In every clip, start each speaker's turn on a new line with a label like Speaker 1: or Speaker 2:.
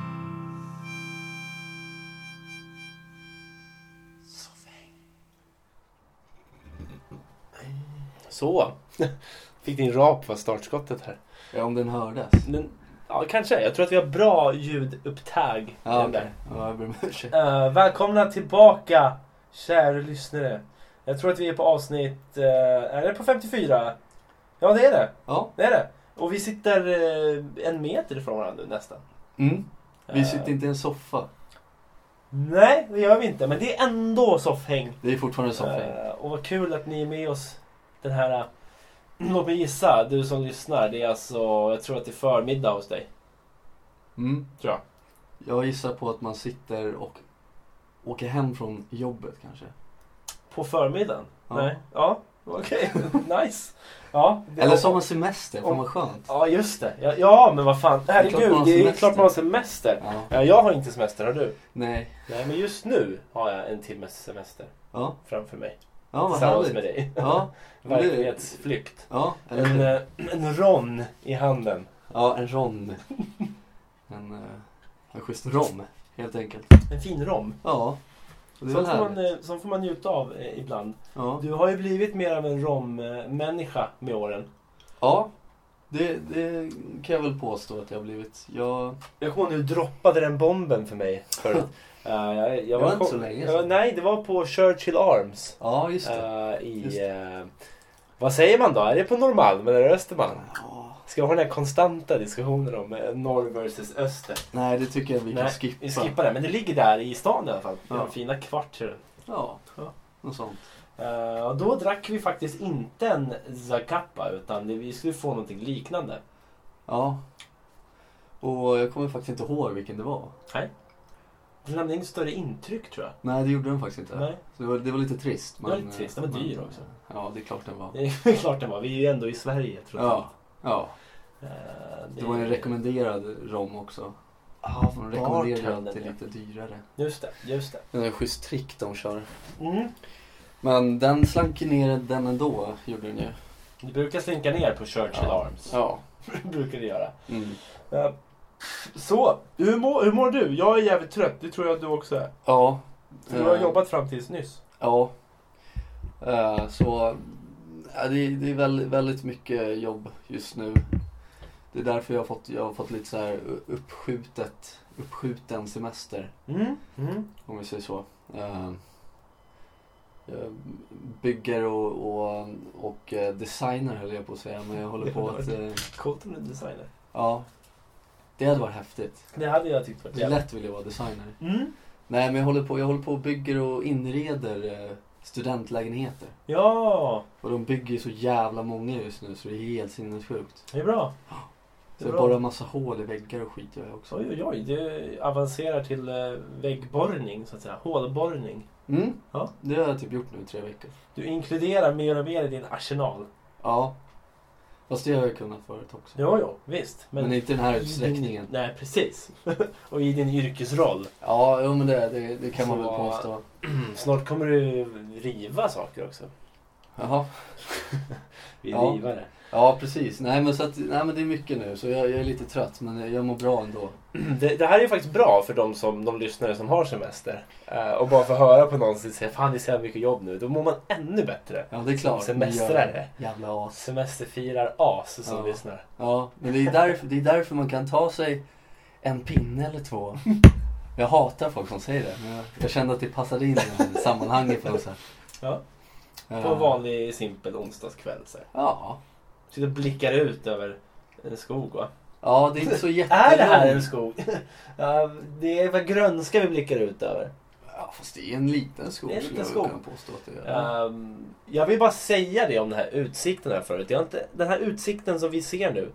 Speaker 1: Så. Fick din rap vara startskottet här.
Speaker 2: Ja, om den hördes.
Speaker 1: Men, ja, kanske. Jag tror att vi har bra ljudupptag. i
Speaker 2: Ja,
Speaker 1: den
Speaker 2: okej.
Speaker 1: där.
Speaker 2: Ja, jag ber om ursäkt.
Speaker 1: Eh, välkomna tillbaka, kära lyssnare. Jag tror att vi är på avsnitt... eh, är det på 54? Ja, det är det.
Speaker 2: Ja.
Speaker 1: Det är det. Och vi sitter eh, en meter ifrån varandra nu, nästan.
Speaker 2: Mm. Vi
Speaker 1: Eh,
Speaker 2: sitter inte i en soffa.
Speaker 1: Nej, det gör vi inte. Men det är ändå soffhäng.
Speaker 2: Det är fortfarande en soffa.
Speaker 1: Eh, och vad kul att ni är med oss den här... eh, Låt mig gissa, du som lyssnar. Det är alltså, jag tror att det är förmiddag hos dig.
Speaker 2: Mm.
Speaker 1: Tror jag.
Speaker 2: Jag gissar på att man sitter och åker hem från jobbet kanske.
Speaker 1: På förmiddagen?
Speaker 2: Ja.
Speaker 1: Nej. Ja, okej. nice. Ja, det-
Speaker 2: Eller så har man semester, fan
Speaker 1: Om-
Speaker 2: vad skönt.
Speaker 1: Ja, just det. Ja, ja men vad fan.
Speaker 2: klart man
Speaker 1: Herregud,
Speaker 2: har
Speaker 1: det är
Speaker 2: semester.
Speaker 1: klart man har semester.
Speaker 2: Ja.
Speaker 1: Ja, jag har inte semester, har du?
Speaker 2: Nej.
Speaker 1: Nej, men just nu har jag en timmes semester
Speaker 2: Ja,
Speaker 1: framför mig.
Speaker 2: ja vad
Speaker 1: tillsammans
Speaker 2: härligt.
Speaker 1: med dig.
Speaker 2: Ja, men det-
Speaker 1: Verklighetsflykt.
Speaker 2: ja, eller
Speaker 1: En,
Speaker 2: hur?
Speaker 1: eh, en ron i handen.
Speaker 2: Ja, en rom. En, eh, en schysst rom, helt enkelt.
Speaker 1: En fin rom.
Speaker 2: Ja, och det
Speaker 1: Som
Speaker 2: är väl
Speaker 1: får, man,
Speaker 2: härligt.
Speaker 1: eh, som får man njuta av eh, ibland.
Speaker 2: Ja,
Speaker 1: Du har ju blivit mer av en rommänniska med åren.
Speaker 2: ja det, det kan jag väl påstå att jag har blivit. Jag,
Speaker 1: Jag kommer ihåg när du droppade den bomben för mig förut. Eh, jag, jag
Speaker 2: var inte så länge sedan.
Speaker 1: jag- Nej, det var på Churchill Arms.
Speaker 2: ja, just det.
Speaker 1: Eh, i,
Speaker 2: Just
Speaker 1: eh, vad säger man då? Är det på Norrmalm eller Östermalm?
Speaker 2: Ja.
Speaker 1: Ska vi ha den här konstanta diskussionen om eh, norr versus öster?
Speaker 2: Nej, det tycker jag vi kan
Speaker 1: Nej,
Speaker 2: skippa.
Speaker 1: Vi skippar det, men det ligger där i stan i alla fall.
Speaker 2: Ja.
Speaker 1: Den fina kvarteren.
Speaker 2: Ja,
Speaker 1: Ja.
Speaker 2: något sånt.
Speaker 1: Eh, och då drack vi faktiskt inte en Zacapa utan det- vi skulle få någonting liknande.
Speaker 2: Ja. Och jag kommer faktiskt inte ihåg vilken det var.
Speaker 1: Den lämnade inget större intryck tror jag.
Speaker 2: Nej, det gjorde den faktiskt inte.
Speaker 1: Nej.
Speaker 2: Så det, var, det var lite trist.
Speaker 1: Det var lite trist. Den var
Speaker 2: men- eh,
Speaker 1: dyr också.
Speaker 2: Ja, det är klart den var.
Speaker 1: Det är klart den var. Vi är ju ändå i Sverige trots
Speaker 2: Ja,
Speaker 1: allt.
Speaker 2: ja.
Speaker 1: Eh,
Speaker 2: Det var en rekommenderad rom också.
Speaker 1: Ja,
Speaker 2: De rekommenderar ju
Speaker 1: bartendern,
Speaker 2: alltid
Speaker 1: ja.
Speaker 2: lite dyrare.
Speaker 1: Just det, just det.
Speaker 2: Det är en schysst trick de kör.
Speaker 1: Mm.
Speaker 2: Men den slank ju ner den ändå, gjorde den ju.
Speaker 1: Det brukar slinka ner på Churchill
Speaker 2: Ja.
Speaker 1: Arms.
Speaker 2: Ja.
Speaker 1: brukar det göra.
Speaker 2: Mm.
Speaker 1: Eh, Så, hur mår, hur mår du? Jag är jävligt trött, det tror jag att du också är.
Speaker 2: Ja.
Speaker 1: För du har
Speaker 2: Eh,
Speaker 1: jobbat fram tills nyss.
Speaker 2: Ja. Eh, Så ja, det, är- det är väldigt, väldigt mycket jobb just nu. Det är därför jag har fått, jag har fått lite så här uppskjutet, uppskjuten semester.
Speaker 1: Mm. Mm.
Speaker 2: Om vi säger så. Eh, Jag bygger och, och, och eh, designar höll jag på att säga. Men jag håller på att... eh,
Speaker 1: Coolt om du är designer.
Speaker 2: Ja. Det hade varit häftigt.
Speaker 1: Det hade jag tyckt varit jävligt.
Speaker 2: Lätt vill jag vara designer.
Speaker 1: Mm.
Speaker 2: Nej men jag håller på, jag håller på och bygger och inreder eh, studentlägenheter.
Speaker 1: Ja,
Speaker 2: Och de bygger ju så jävla många just nu så det är helt sinnessjukt.
Speaker 1: det är bra. Det
Speaker 2: Så
Speaker 1: är
Speaker 2: jag
Speaker 1: bra.
Speaker 2: borrar massa hål i väggar och skit gör jag också.
Speaker 1: Oj, oj, oj. Du avancerar till eh, väggborrning, så att säga. Hålborrning.
Speaker 2: Mm.
Speaker 1: Ja.
Speaker 2: Det har jag typ gjort nu i tre veckor.
Speaker 1: Du inkluderar mer och mer i din arsenal.
Speaker 2: Ja. Fast det har jag kunnat förut också.
Speaker 1: Jo, jo, visst.
Speaker 2: Men, inte i den här utsträckningen.
Speaker 1: din, Nej, precis. och i din yrkesroll.
Speaker 2: Ja, jo, men det, det, det kan man
Speaker 1: Så-
Speaker 2: väl påstå.
Speaker 1: Snart kommer du riva saker också.
Speaker 2: Jaha.
Speaker 1: Vi
Speaker 2: Ja.
Speaker 1: rivare.
Speaker 2: Ja, precis. Nej men, så att, nej men det är mycket nu så jag, jag är lite trött men jag- jag mår bra ändå.
Speaker 1: Det, det här är ju faktiskt bra för de, som, de lyssnare som har semester. Eh, och bara få höra på någon som säger fan det är så jävla mycket jobb nu. Då mår man ännu bättre.
Speaker 2: Ja, det är klart.
Speaker 1: Semestrar det.
Speaker 2: Jävla as.
Speaker 1: Semesterfirar as som
Speaker 2: Ja.
Speaker 1: lyssnar.
Speaker 2: Ja, men det är, därför, det är därför man kan ta sig en pinne eller två. Jag hatar folk som säger det, men jag, jag kände att det passade in i det här sammanhanget på något sätt.
Speaker 1: Ja. På
Speaker 2: Eh,
Speaker 1: en vanlig simpel onsdagskväll. Så. här.
Speaker 2: Ja.
Speaker 1: Sitter och blickar ut över en skog va?
Speaker 2: Ja, det är inte så jättelångt.
Speaker 1: Är det här en skog? ja, det är vad grönska vi blickar ut över.
Speaker 2: Ja, fast det är en liten skog
Speaker 1: Det är en liten
Speaker 2: skulle jag
Speaker 1: skog.
Speaker 2: väl kunna påstå att det är.
Speaker 1: Ehm, jag vill bara säga det om den här utsikten här förut. Jag har inte, den här utsikten som vi ser nu.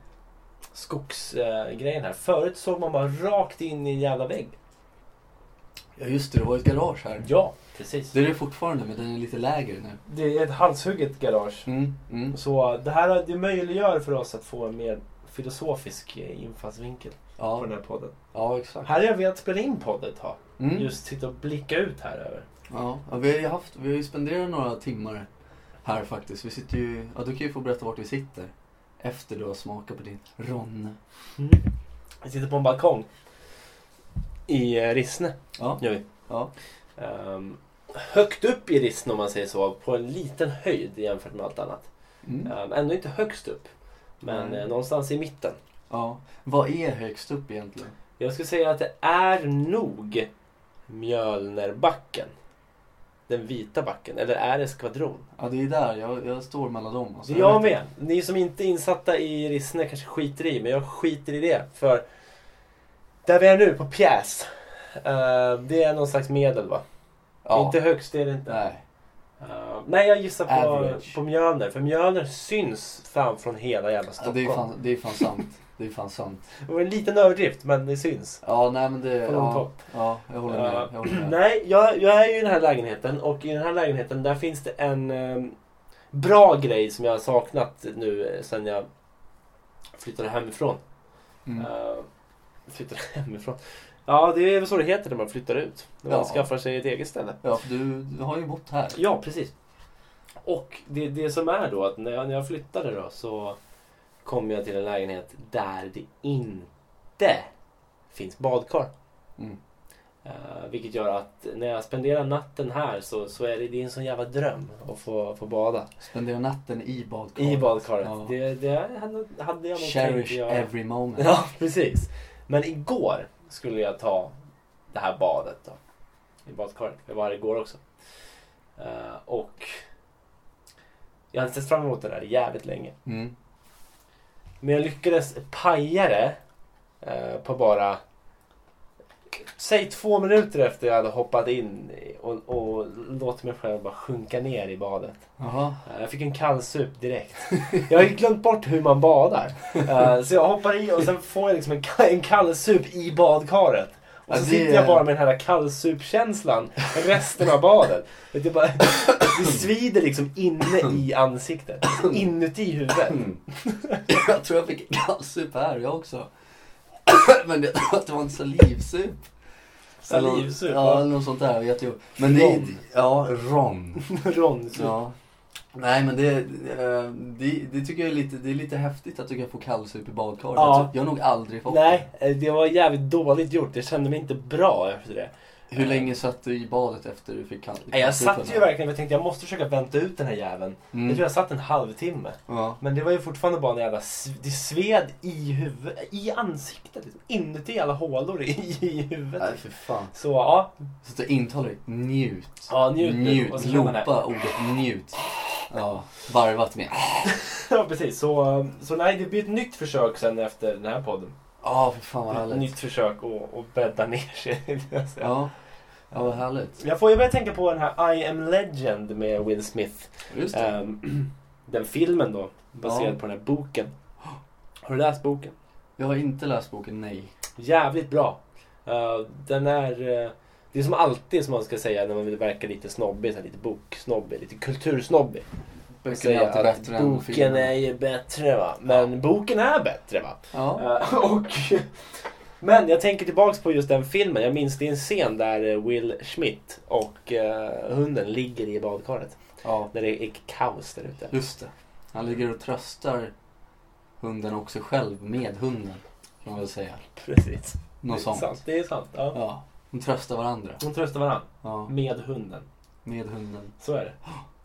Speaker 1: Skogsgrejen här. Förut såg man bara rakt in i en jävla vägg.
Speaker 2: Ja, just det, det var ett garage här.
Speaker 1: Ja, precis.
Speaker 2: Det är det fortfarande, men den är lite lägre nu.
Speaker 1: Det är ett halshugget garage.
Speaker 2: Mm, mm.
Speaker 1: Så eh, det här det möjliggör för oss att få en mer filosofisk eh, infallsvinkel på
Speaker 2: Ja,
Speaker 1: den här podden.
Speaker 2: ja, exakt.
Speaker 1: Här har jag velat spela in podden ett tag.
Speaker 2: Mm.
Speaker 1: Just sitta och blicka ut här över.
Speaker 2: Ja, ja vi, har ju haft, vi har ju spenderat några timmar här faktiskt. Vi sitter ju, ja, du kan ju få berätta vart vi sitter. Efter du har smakat på din Ronne.
Speaker 1: Vi sitter på en balkong. I eh, Rissne
Speaker 2: Ja,
Speaker 1: gör vi.
Speaker 2: ja.
Speaker 1: Ehm, högt upp i Rissne om man säger så. På en liten höjd jämfört med allt annat.
Speaker 2: Mm.
Speaker 1: Eh, Ändå inte högst upp. Men
Speaker 2: Nej.
Speaker 1: eh, någonstans i mitten.
Speaker 2: Ja. Vad är högst upp egentligen?
Speaker 1: Jag skulle säga att det är nog Mjölnerbacken. Den vita backen. Eller är det skvadron?
Speaker 2: Ja, det är där. Jag, jag står mellan dem. Alltså.
Speaker 1: Det är jag med. Ni som inte är insatta i Rissne kanske skiter i, men jag skiter i det. För där vi är nu, på pjäs. eh, det är någon slags medel va?
Speaker 2: Ja.
Speaker 1: Inte högst, det är det inte.
Speaker 2: Nej.
Speaker 1: Eh, nej, jag gissar på,
Speaker 2: Average.
Speaker 1: på Mjölner. För Mjölner syns fram från hela jävla
Speaker 2: Ja,
Speaker 1: Stockholm.
Speaker 2: det, är fan, det är fan sant. Det är fan sant.
Speaker 1: Det var en liten överdrift, men det syns.
Speaker 2: Ja, nej men det...
Speaker 1: På någon
Speaker 2: Ja,
Speaker 1: topp.
Speaker 2: ja, jag håller med. Jag håller med.
Speaker 1: Nej, jag, jag är ju i den här lägenheten och i den här lägenheten där finns det en eh, bra grej som jag har saknat nu eh, sen jag flyttade hemifrån.
Speaker 2: Mm.
Speaker 1: Eh, flyttade hemifrån? Ja, det är väl så det heter när man flyttar ut. När man
Speaker 2: Ja.
Speaker 1: skaffar sig ett eget ställe.
Speaker 2: Ja, för du, du har ju bott här.
Speaker 1: Ja, precis. Och det, det som är då att när jag, när jag flyttade då så kom jag till en lägenhet där det inte finns badkar.
Speaker 2: Mm.
Speaker 1: Eh, vilket gör att när jag spenderar natten här så, så är det, det är en sån jävla dröm att få, få bada.
Speaker 2: Spenderar natten i badkaret.
Speaker 1: I badkaret.
Speaker 2: Ja.
Speaker 1: Det, det hade, hade jag nog tänkt
Speaker 2: Cherish
Speaker 1: göra.
Speaker 2: every moment.
Speaker 1: Ja, precis. Men igår skulle jag ta det här badet då. I badkaret. Jag var här igår också. Eh, och jag hade sett fram emot det där jävligt länge.
Speaker 2: Mm.
Speaker 1: Men jag lyckades paja det eh, på bara Säg två minuter efter jag hade hoppat in och, och låtit mig själv bara sjunka ner i badet.
Speaker 2: Jaha.
Speaker 1: Eh, Jag fick en kallsup direkt. Jag har ju glömt bort hur man badar. Eh, Så jag hoppar i och sen får jag liksom en, ka- en kallsup i badkaret. Och
Speaker 2: Ja,
Speaker 1: så
Speaker 2: det-
Speaker 1: sitter jag bara med den här kallsupkänslan resten av badet. Det, är bara, det svider liksom inne i ansiktet. Inuti huvudet.
Speaker 2: Jag tror jag fick kallsup här, jag också. Men det, att det var en salivsup.
Speaker 1: Salivsup,
Speaker 2: Eller- Ja,
Speaker 1: va?
Speaker 2: eller något sånt där. Jättejobb. Men det är...
Speaker 1: Rom.
Speaker 2: Ja, rom.
Speaker 1: Ronsup.
Speaker 2: Ja. Nej, men det, eh, det, det tycker jag är lite, det är lite häftigt att du kan få kallsup i badkaret.
Speaker 1: Ja.
Speaker 2: Jag tror- Jag har nog aldrig fått
Speaker 1: Nej, eh, det var jävligt dåligt gjort. Jag kände mig inte bra efter det.
Speaker 2: det. Hur länge satt du i badet efter du fick kall,
Speaker 1: Nej, Jag
Speaker 2: kallsupen
Speaker 1: satt ju
Speaker 2: här?
Speaker 1: verkligen jag tänkte jag måste försöka vänta ut den här jäveln.
Speaker 2: Mm.
Speaker 1: Jag tror jag satt en halvtimme.
Speaker 2: Ja.
Speaker 1: Men det var ju fortfarande bara en jävla... sv- Det sved i huvudet, i ansiktet. Liksom. Inuti alla hålor i, i
Speaker 2: Nej,
Speaker 1: huvudet.
Speaker 2: för fan.
Speaker 1: Så ja,
Speaker 2: Så att jag intalar det. Njut.
Speaker 1: ja njut nu. Och så
Speaker 2: Njut.
Speaker 1: kör man det.
Speaker 2: Lopa ordet njut. Ja, varvat med.
Speaker 1: Ja, precis. Så, um, så nej, det blir ett nytt försök sen efter den här podden.
Speaker 2: Ja, för fan vad
Speaker 1: Ett
Speaker 2: härligt.
Speaker 1: nytt försök att, att bädda ner sig. vill jag säga.
Speaker 2: Ja, ja vad härligt.
Speaker 1: Jag får ju börja tänka på den här I am legend med Will Smith.
Speaker 2: Just det.
Speaker 1: Ehm, den filmen då, baserad
Speaker 2: Ja.
Speaker 1: på den här boken. Har du läst boken?
Speaker 2: Jag har inte läst boken, nej.
Speaker 1: Jävligt bra. Eh, den är... eh, det är som alltid som man ska säga när man vill verka lite snobbig, så här, lite boksnobbig, lite kultursnobbig.
Speaker 2: Böcker är
Speaker 1: Säga
Speaker 2: alltid
Speaker 1: att
Speaker 2: bättre än
Speaker 1: boken är
Speaker 2: filmen.
Speaker 1: ju bättre va. Men boken är bättre va.
Speaker 2: Ja.
Speaker 1: Eh, och, men jag tänker tillbaks på just den filmen. Jag minns det är en scen där eh, Will Schmidt och eh, hunden ligger i badkaret.
Speaker 2: ja,
Speaker 1: När det är kaos där ute.
Speaker 2: just det. Han ligger och tröstar hunden också själv med hunden. Kan man väl säga.
Speaker 1: Precis.
Speaker 2: Något
Speaker 1: det är
Speaker 2: sånt.
Speaker 1: sant. Det är sant. Ja.
Speaker 2: Ja. De tröstar varandra.
Speaker 1: De tröstar varandra.
Speaker 2: Ja,
Speaker 1: Med hunden.
Speaker 2: med hunden.
Speaker 1: Så är det.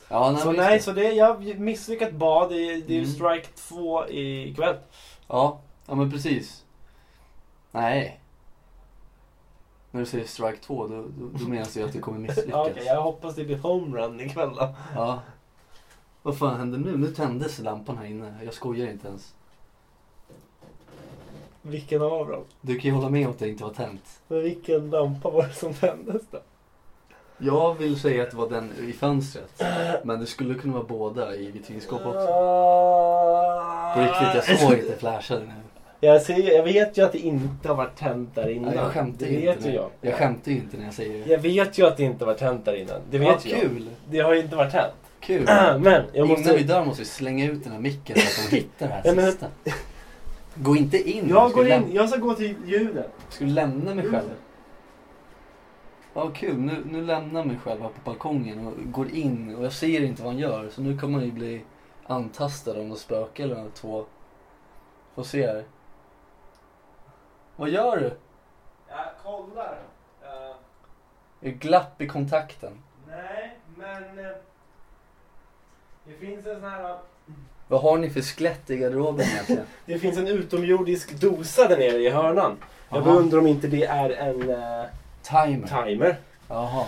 Speaker 2: Ja, nej,
Speaker 1: Så
Speaker 2: men just
Speaker 1: nej,
Speaker 2: det.
Speaker 1: så det, jag misslyckat bad. Det, är- det är ju
Speaker 2: Mm.
Speaker 1: strike två ikväll.
Speaker 2: Ja, ja men precis. Nej. När du säger strike 2 då, då, då menas det ju att du kommer misslyckas.
Speaker 1: Ja, okej, jag hoppas det blir homerun ikväll då.
Speaker 2: Ja. Vad fan händer nu? Nu tändes lampan här inne. Jag skojar inte ens.
Speaker 1: Vilken av dem?
Speaker 2: Du kan ju hålla med om att det inte var tänt.
Speaker 1: Men vilken lampa var det som tändes då?
Speaker 2: Jag vill säga att det var den i fönstret. Men det skulle kunna vara båda i vitrinskåpet också. På riktigt, jag såg att det flashade nu.
Speaker 1: Ah. Jag, ser, jag vet ju att det inte har varit tänt där innan.
Speaker 2: Nej, jag skämtar
Speaker 1: det
Speaker 2: ju
Speaker 1: vet
Speaker 2: inte.
Speaker 1: ju jag.
Speaker 2: nu. jag skämtar ju inte när jag säger det.
Speaker 1: Jag vet ju att det inte har varit tänt där innan. Det vet ju
Speaker 2: ja,
Speaker 1: jag.
Speaker 2: kul!
Speaker 1: Det har ju inte varit tänt.
Speaker 2: Kul!
Speaker 1: Men jag måste...
Speaker 2: Innan vi dör måste vi slänga ut den här micken så att de hittar det här
Speaker 1: Ja, men-
Speaker 2: sista. Gå inte in!
Speaker 1: jag
Speaker 2: ska
Speaker 1: går
Speaker 2: läm-
Speaker 1: in. Jag ska gå till ljudet.
Speaker 2: Jag skulle lämna mig själv.
Speaker 1: Mm.
Speaker 2: Ja, kul. Nu, nu lämnar jag mig själv här på balkongen och går in och jag ser inte vad han gör. Så nu kommer han ju bli antastad av något spöke eller något två. Får se här. Vad gör du?
Speaker 1: Jag kollar. eh,
Speaker 2: Är det glapp i kontakten?
Speaker 1: Nej, men eh, det finns en sån här...
Speaker 2: Vad har ni för skelett i garderoben egentligen?
Speaker 1: Det finns en utomjordisk dosa där nere i hörnan. Jag
Speaker 2: Aha.
Speaker 1: undrar om inte det är en eh,
Speaker 2: Timer.
Speaker 1: timer.
Speaker 2: Jaha.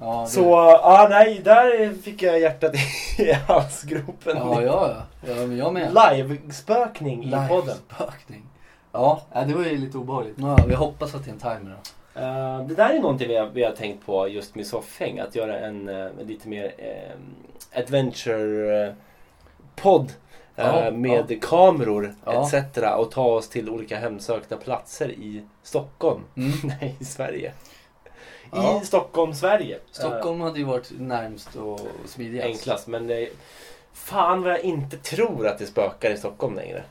Speaker 2: Ja, det...
Speaker 1: Så, ja nej, där fick jag hjärtat i halsgropen.
Speaker 2: Ja, ja, ja. ja men jag med.
Speaker 1: Live-spökning i podden.
Speaker 2: Livespökning. Ja, ja, det var ju lite obehagligt. Ja, vi hoppas att det är en timer då.
Speaker 1: Eh, det där är någonting vi har, vi har tänkt på just med soffhäng. Att göra en eh, lite mer eh, adventure-podd.
Speaker 2: Ja,
Speaker 1: eh, med kameror
Speaker 2: Ja.
Speaker 1: etc. Och ta oss till olika hemsökta platser i Stockholm.
Speaker 2: Mm.
Speaker 1: Nej, i Sverige.
Speaker 2: Ja.
Speaker 1: I Stockholm, Sverige.
Speaker 2: Stockholm hade ju varit närmst och
Speaker 1: Eh,
Speaker 2: smidigast.
Speaker 1: enklast. Men det, fan vad jag inte tror att det spökar i Stockholm längre.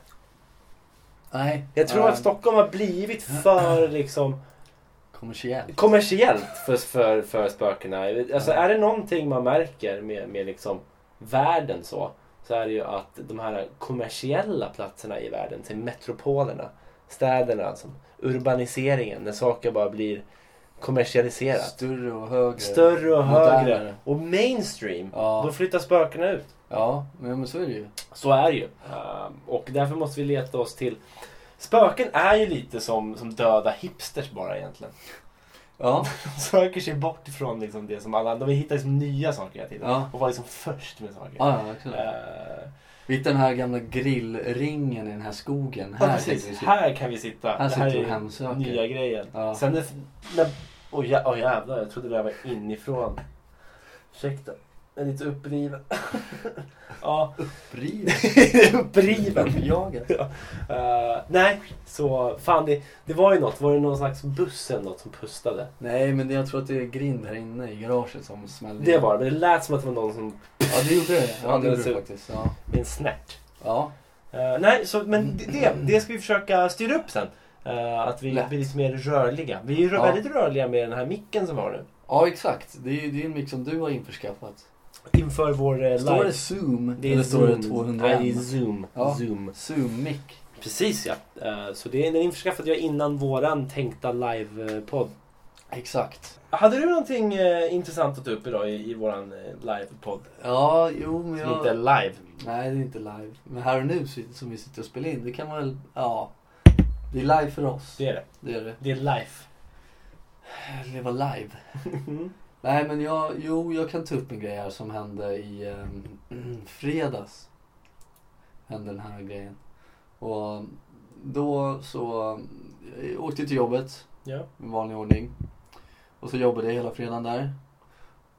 Speaker 2: Nej.
Speaker 1: Jag tror
Speaker 2: eh,
Speaker 1: att Stockholm har blivit för liksom
Speaker 2: Kommersiellt.
Speaker 1: kommersiellt för, för, för spökena. Alltså
Speaker 2: Ja.
Speaker 1: är det någonting man märker med, med liksom världen så. Så är det ju att de här kommersiella platserna i världen, till metropolerna, städerna, som urbaniseringen, när saker bara blir kommersialiserat.
Speaker 2: Större och högre.
Speaker 1: Större och
Speaker 2: modernare.
Speaker 1: högre. Och mainstream.
Speaker 2: Ja.
Speaker 1: Då flyttar spökena ut.
Speaker 2: Ja, men, men så är det ju.
Speaker 1: Så är det ju. Ehm, Och därför måste vi leta oss till... Spöken är ju lite som, som döda hipsters bara egentligen.
Speaker 2: Ja,
Speaker 1: De söker sig bort ifrån liksom det som alla... De vill hitta liksom nya saker hela tiden.
Speaker 2: Ja.
Speaker 1: Och vara liksom först med saker.
Speaker 2: ja, ja absolut.
Speaker 1: Ehm,
Speaker 2: Vi hittar den här gamla grillringen i den här skogen.
Speaker 1: ja,
Speaker 2: Här
Speaker 1: precis.
Speaker 2: tänker vi sitta.
Speaker 1: Här kan vi sitta.
Speaker 2: Här
Speaker 1: det här
Speaker 2: sitter och
Speaker 1: är
Speaker 2: hemsöker.
Speaker 1: nya grejen.
Speaker 2: Ja.
Speaker 1: Sen det... När, oh, jä, oh, jävlar, jag trodde det där var inifrån. Ursäkta. Jag är lite uppriven. ja,
Speaker 2: Riven.
Speaker 1: uppriven.
Speaker 2: Jaget.
Speaker 1: Eh, nej, så fan det, det var ju något. Var det någon slags buss eller något som pustade?
Speaker 2: Nej, men det- jag tror att det är grind här inne i garaget som smällde.
Speaker 1: Det var det, men det lät som att det var någon som...
Speaker 2: Ja, det gjorde det.
Speaker 1: Ja,
Speaker 2: Ja,
Speaker 1: det
Speaker 2: det gjorde det
Speaker 1: ser-
Speaker 2: faktiskt. Ja.
Speaker 1: med en snärt.
Speaker 2: ja.
Speaker 1: Eh, nej, så, men det- det, det ska vi försöka styra upp sen. Eh, att vi
Speaker 2: Lätt.
Speaker 1: blir lite mer rörliga. Vi är ju rö-
Speaker 2: Ja.
Speaker 1: väldigt rörliga med den här micken som vi har nu.
Speaker 2: Ja, exakt. Det är ju det är en mick som du har införskaffat.
Speaker 1: Inför vår eh,
Speaker 2: Står det
Speaker 1: live...
Speaker 2: Zoom?
Speaker 1: är
Speaker 2: Eller står
Speaker 1: Zoom.
Speaker 2: det 200
Speaker 1: Nej, det är Zoom.
Speaker 2: Ja.
Speaker 1: Zoom.
Speaker 2: Zoom-mick.
Speaker 1: Precis ja. Eh, så det, den införskaffade jag innan våran tänkta livepodd.
Speaker 2: Exakt.
Speaker 1: Hade du någonting eh, intressant att ta upp idag i, i våran eh, livepodd?
Speaker 2: Ja, jo men
Speaker 1: Som
Speaker 2: jag...
Speaker 1: inte är live?
Speaker 2: Nej, det är inte live. Men här och nu sit- som vi sitter och spelar in, det kan man väl... Ja. Det är live för oss.
Speaker 1: Det är det.
Speaker 2: Det är det.
Speaker 1: Det är life.
Speaker 2: Leva live. Nej, men jag... Jo, jag kan ta upp en grej här som hände i ehm, fredags. Hände den här grejen. Och då så... Jag åkte till jobbet.
Speaker 1: Ja.
Speaker 2: i vanlig ordning. Och så jobbade jag hela fredagen där.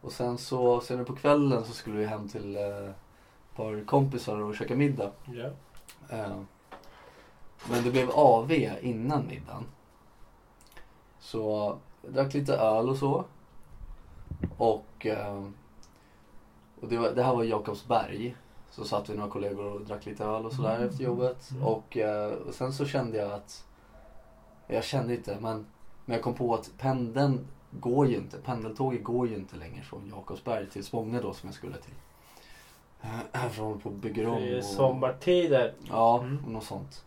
Speaker 2: Och sen så senare på kvällen så skulle vi hem till eh, ett par kompisar och käka middag.
Speaker 1: ja.
Speaker 2: Eh, men det blev AV innan middagen. Så jag drack lite öl och så. Och, eh, och det, var, det här var i Jakobsberg. Så satt vi några kollegor och drack lite öl och sådär efter jobbet.
Speaker 1: Mm.
Speaker 2: Och, eh, och sen så kände jag att, jag kände inte men, men jag kom på att pendeln går ju inte, pendeltåget går ju inte längre från Jakobsberg till Spånga då som jag skulle till. Eh, För de håller på och bygger om.
Speaker 1: Det är
Speaker 2: och-
Speaker 1: sommartider.
Speaker 2: Ja,
Speaker 1: Mm.
Speaker 2: och något sånt.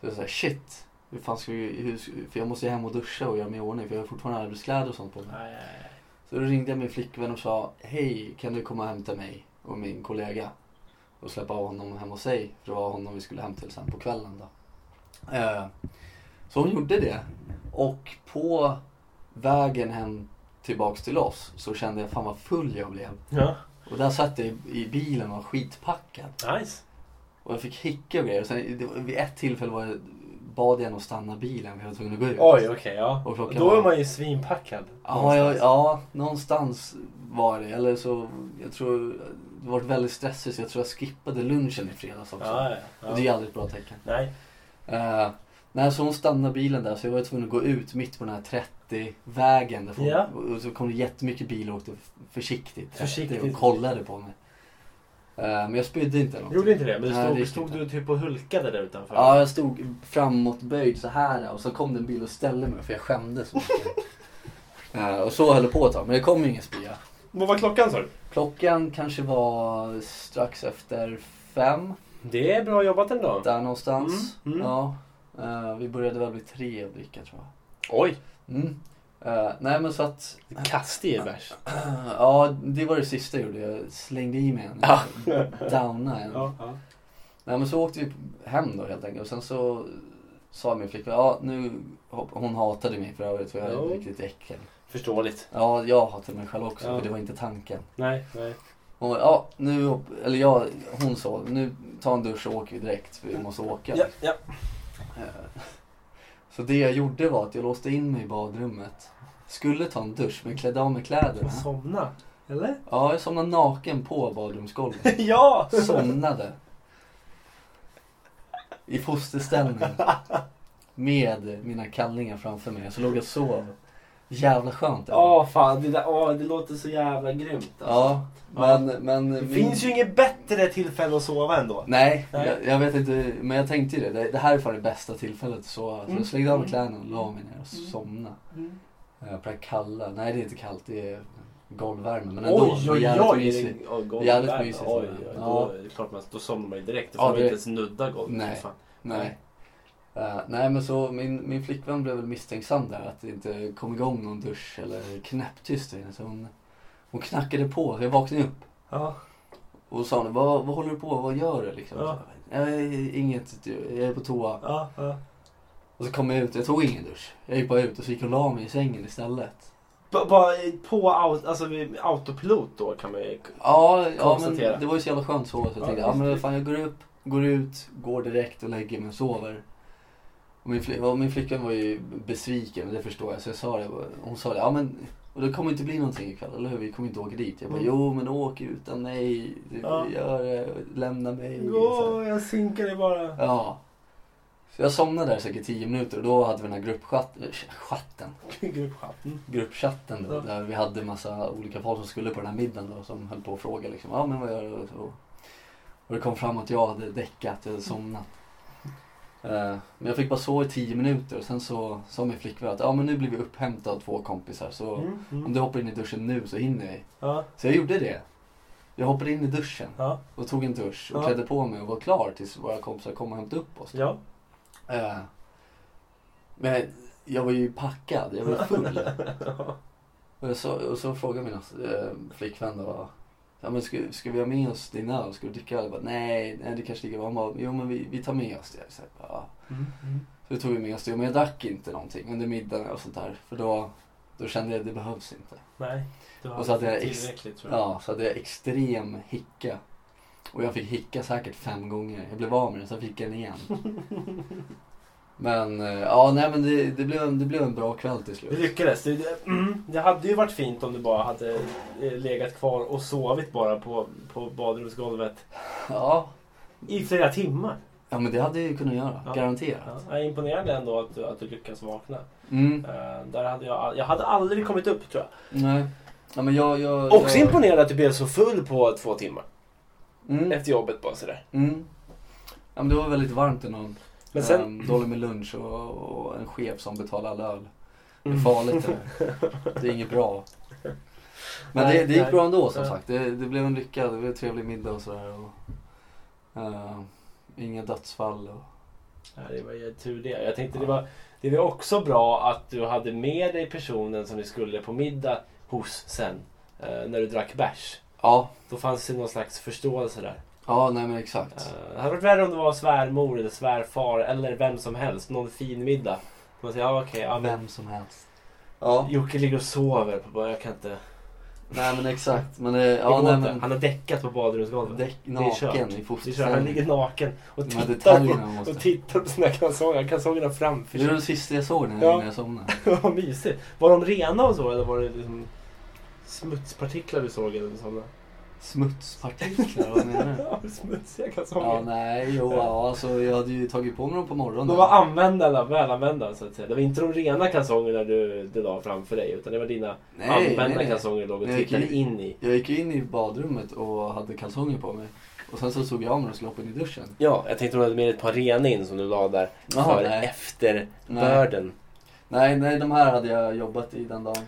Speaker 2: Så jag säger shit. Hur fan ska vi, hur, ska- för jag måste ju hem och duscha och göra mig i ordning för jag har fortfarande arbetskläder och sånt på mig.
Speaker 1: Nej, nej, nej.
Speaker 2: Så då ringde jag min flickvän och sa, hej kan du komma och hämta mig och min kollega? Och släppa av honom hem hos sig. För det var honom vi skulle hem till sen på kvällen då. Eh, så hon gjorde det. Och på vägen hem tillbaks till oss så kände jag fan vad full jag blev.
Speaker 1: Ja.
Speaker 2: Och där satt jag i, i bilen och var skitpackad.
Speaker 1: Nice.
Speaker 2: Och jag fick hicka och grejer. Och sen, det, var- vid ett tillfälle var jag, bad jag henne att stanna bilen för jag var tvungen att gå ut.
Speaker 1: Oj, okej. ja.
Speaker 2: Och klockan
Speaker 1: Då
Speaker 2: var-
Speaker 1: är man ju svinpackad.
Speaker 2: Ja,
Speaker 1: Någonstans.
Speaker 2: jag, ja, någonstans var det. Eller så, jag tror, det var väldigt stressigt så jag tror jag skippade lunchen i fredags också.
Speaker 1: Ja, ja, ja.
Speaker 2: Och det är aldrig ett bra tecken.
Speaker 1: Nej.
Speaker 2: Uh, nej, så hon stannade bilen där så jag var tvungen att gå ut mitt på den här 30-vägen. där folk-
Speaker 1: Ja.
Speaker 2: Och så kom det jättemycket bilar och åkte försiktigt. 30
Speaker 1: Försiktigt.
Speaker 2: Och kollade på mig. Eh, men jag spydde inte eller någonting.
Speaker 1: Gjorde inte det? Men
Speaker 2: Nej, det
Speaker 1: stod,
Speaker 2: gick
Speaker 1: stod
Speaker 2: inte.
Speaker 1: du typ och hulkade där utanför?
Speaker 2: Ja, jag stod framåtböjd så här och så kom det en bil och ställde mig för jag skämdes så mycket. Eh, och så höll det på ett tag, men det kom ju ingen spya.
Speaker 1: Vad var klockan sa du?
Speaker 2: Klockan kanske var strax efter fem,
Speaker 1: Det är bra jobbat ändå.
Speaker 2: där någonstans.
Speaker 1: Mm, mm.
Speaker 2: Ja, eh, vi började väl vid tre att dricka tror jag.
Speaker 1: Oj!
Speaker 2: Mm. Eh, nej men så att,
Speaker 1: Kastig är värst.
Speaker 2: ja det var det sista jag gjorde. Jag slängde i mig en,
Speaker 1: Ja.
Speaker 2: downa en.
Speaker 1: Ja, ja.
Speaker 2: Nej men så åkte vi hem då helt enkelt och sen så sa min flickvän, ja nu, hon hatade mig för övrigt för jag är
Speaker 1: Ja.
Speaker 2: riktigt äckel.
Speaker 1: Förståeligt.
Speaker 2: Ja, jag hatade mig själv också
Speaker 1: Ja.
Speaker 2: för det var inte tanken.
Speaker 1: Nej, nej.
Speaker 2: Hon bara, ja nu, hopp- eller jag, hon sa, nu ta en dusch och åker vi direkt för vi måste åka.
Speaker 1: Ja, ja.
Speaker 2: Eh, Så det jag gjorde var att jag låste in mig i badrummet. Skulle ta en dusch men klädde av mig kläderna.
Speaker 1: Somna. Eller?
Speaker 2: Ja, jag somnade naken på badrumsgolvet.
Speaker 1: ja!
Speaker 2: Somnade. I fosterställning. Med mina kallingar framför mig. Så låg jag och sov. Jävla skönt. det var.
Speaker 1: Ja, fan. Det, där, åh, det låter så jävla grymt. Alltså.
Speaker 2: Ja, men... men
Speaker 1: Det finns ju inget bättre tillfälle att sova än då.
Speaker 2: Nej,
Speaker 1: Nej.
Speaker 2: Jag, jag vet inte. Men jag tänkte ju det. det. Det här är fan det bästa tillfället att sova. Så
Speaker 1: Mm.
Speaker 2: jag slängde av mig
Speaker 1: Mm.
Speaker 2: kläderna och la mig ner och
Speaker 1: Mm.
Speaker 2: somnade. Jag började kalla. Nej, det är inte kallt. Det är golvvärme. Men ändå.
Speaker 1: Oj,
Speaker 2: det var
Speaker 1: oj,
Speaker 2: jävligt
Speaker 1: oj!
Speaker 2: mysigt.
Speaker 1: det- oh, god,
Speaker 2: Jävligt
Speaker 1: värld.
Speaker 2: mysigt.
Speaker 1: Oj, oj,
Speaker 2: Ja.
Speaker 1: då, det är klart man, då somnar man ju direkt. Då
Speaker 2: Ja,
Speaker 1: får man
Speaker 2: det-
Speaker 1: inte ens nudda golvet.
Speaker 2: Nej.
Speaker 1: Fan.
Speaker 2: Nej. Eh, nej men så min, min flickvän blev väl misstänksam där att det inte kom igång någon dusch eller knäpptyst där inne. Så hon, hon knackade på så jag vaknade upp.
Speaker 1: Ja.
Speaker 2: Och sa hon, vad, vad håller du på Vad gör du? Liksom.
Speaker 1: Ja.
Speaker 2: Så jag, "Eh, inget, du, jag är på toa.
Speaker 1: Ja, ja.
Speaker 2: Och så kom jag ut, jag tog ingen dusch. Jag gick bara ut och så gick och la mig i sängen istället.
Speaker 1: B- Bara på au- alltså, vid autopilot då kan man ju...
Speaker 2: Ja, ja men
Speaker 1: Konstatera.
Speaker 2: det var ju så jävla skönt så. Så jag
Speaker 1: Ja,
Speaker 2: tänkte, ja,
Speaker 1: visst.
Speaker 2: men fan jag går upp, går ut, går direkt och lägger mig och sover. Och min, fli- och min flickvän var ju besviken, men det förstår jag. Så jag sa det, hon sa det, ja men och det kommer inte bli någonting ikväll, eller hur? Vi kommer inte åka dit. Jag bara,
Speaker 1: Mm.
Speaker 2: jo men åk utan mig. Du,
Speaker 1: Ja.
Speaker 2: Gör det, lämna mig. Så-
Speaker 1: Åh, jag sinkar dig bara.
Speaker 2: Ja. Så jag somnade där säkert 10 minuter och då hade vi den här gruppchatten, chatten, Mm.
Speaker 1: Gruppchatten.
Speaker 2: gruppchatten då,
Speaker 1: Ja.
Speaker 2: där vi hade massa olika folk som skulle på den här middagen då som höll på att fråga liksom, ja men vad gör du? Och, så. och det kom fram att jag hade däckat, jag hade somnat. Eh, Men jag fick bara sova i 10 minuter och sen så sa min flickvän att ja men nu blir vi upphämtade av två kompisar så
Speaker 1: Mm,
Speaker 2: om
Speaker 1: mm.
Speaker 2: du hoppar in i duschen nu så hinner vi.
Speaker 1: Ja,
Speaker 2: Så jag gjorde det. Jag hoppade in i duschen
Speaker 1: ja,
Speaker 2: och tog en dusch och
Speaker 1: Ja.
Speaker 2: klädde på mig och var klar tills våra kompisar kom och hämtade upp oss.
Speaker 1: ja.
Speaker 2: Eh, Men jag var ju packad, jag var full. och, så, och så frågade min eh, flickvän då. Ja, men ska, ska vi ha med oss din öl? Ska du dricka öl? Jag bara, Nej, nej det kanske inte var. Hon bara, jo men vi, vi tar med oss det. Så, jag bara, ja.
Speaker 1: Mm, mm.
Speaker 2: så tog vi med oss det. Men jag drack inte någonting under middagen och sånt där. För då, då kände jag att det behövs inte.
Speaker 1: Nej. Du har
Speaker 2: Och så hade jag ex-
Speaker 1: tillräckligt tror jag.
Speaker 2: Ja, så hade jag extrem hicka. Och jag fick hicka säkert fem gånger. Jag blev av med den, sen fick jag den igen. Men eh, ja, nej men det, det, blev en, det blev en bra kväll till
Speaker 1: Du
Speaker 2: slut.
Speaker 1: lyckades. Det, det, mm, det hade ju varit fint om du bara hade eh, legat kvar och sovit bara på, på badrumsgolvet
Speaker 2: Ja,
Speaker 1: i flera timmar.
Speaker 2: ja men det hade jag ju kunnat göra.
Speaker 1: Ja.
Speaker 2: Garanterat.
Speaker 1: Ja, jag är imponerande ändå att du, att du lyckas vakna.
Speaker 2: Mm,
Speaker 1: Eh, där hade jag, all- jag hade aldrig kommit upp tror jag.
Speaker 2: nej. Ja, men jag, jag,
Speaker 1: Också
Speaker 2: jag,
Speaker 1: imponerad att du blev så full på två timmar.
Speaker 2: Mm,
Speaker 1: Efter jobbet bara sådär.
Speaker 2: mm. Ja, men det var väldigt varmt en dag.
Speaker 1: Men sen...
Speaker 2: Ehm, dålig med lunch och, och en chef som betalar all öl. Det är
Speaker 1: Mm.
Speaker 2: farligt det där. Det är inget bra. Men
Speaker 1: Nej,
Speaker 2: det, det gick
Speaker 1: nej.
Speaker 2: bra ändå som
Speaker 1: Ja.
Speaker 2: sagt. Det, det blev en lycka, det blev en trevlig middag och sådär. Och, eh, inga dödsfall. Och,
Speaker 1: Ja, det var ju tur det. Jag tänkte det var, det var också bra att du hade med dig personen som ni skulle på middag hos sen. eh, när du drack bärs.
Speaker 2: ja,
Speaker 1: Då fanns det någon slags förståelse där.
Speaker 2: ja, nej men exakt.
Speaker 1: Eh, det hade varit värre om det var svärmor eller svärfar eller vem som helst. Någon fin middag. Man säger, ja okej, ja, men
Speaker 2: Vem som helst. Ja,
Speaker 1: Jocke ligger och sover. På, bara, jag kan inte.
Speaker 2: nej men exakt. Men, eh,
Speaker 1: Det går
Speaker 2: ja, nej,
Speaker 1: inte.
Speaker 2: men,
Speaker 1: Han har däckat på badrumsgolvet.
Speaker 2: däck,
Speaker 1: Det är
Speaker 2: naken
Speaker 1: kört. Det
Speaker 2: i
Speaker 1: är så här, han
Speaker 2: fosterställning.
Speaker 1: ligger naken och
Speaker 2: De här
Speaker 1: tittar,
Speaker 2: detaljerna
Speaker 1: på,
Speaker 2: måste...
Speaker 1: och tittar på sina kalsonger. Kalsongerna framför
Speaker 2: Det var
Speaker 1: sig.
Speaker 2: det sista jag såg när
Speaker 1: Ja.
Speaker 2: jag, när jag somnade.
Speaker 1: Vad mysigt. Var de rena och så eller var det liksom smutspartiklar du såg? Eller sådana?
Speaker 2: Smutspartiklar, vad menar du?
Speaker 1: Ja, smutsiga
Speaker 2: Ja,
Speaker 1: kalsonger.
Speaker 2: nej, jo, ja, alltså jag hade ju tagit på mig dem på morgonen.
Speaker 1: de var använda, eller välanvända så att säga. Det var inte de rena kalsongerna du, du la framför dig utan det var dina
Speaker 2: nej,
Speaker 1: använda
Speaker 2: nej, nej.
Speaker 1: kalsonger du låg och
Speaker 2: Nej, jag
Speaker 1: tittade
Speaker 2: gick
Speaker 1: in i.
Speaker 2: Jag gick ju in i badrummet och hade kalsonger på mig. Och sen så tog jag av mig och skulle hoppa in i duschen.
Speaker 1: Ja, jag tänkte om du hade med dig ett par rena in som du la där
Speaker 2: Jaha,
Speaker 1: för
Speaker 2: nej. Nej.
Speaker 1: efterbörden.
Speaker 2: nej, nej, de här hade jag jobbat i den dagen.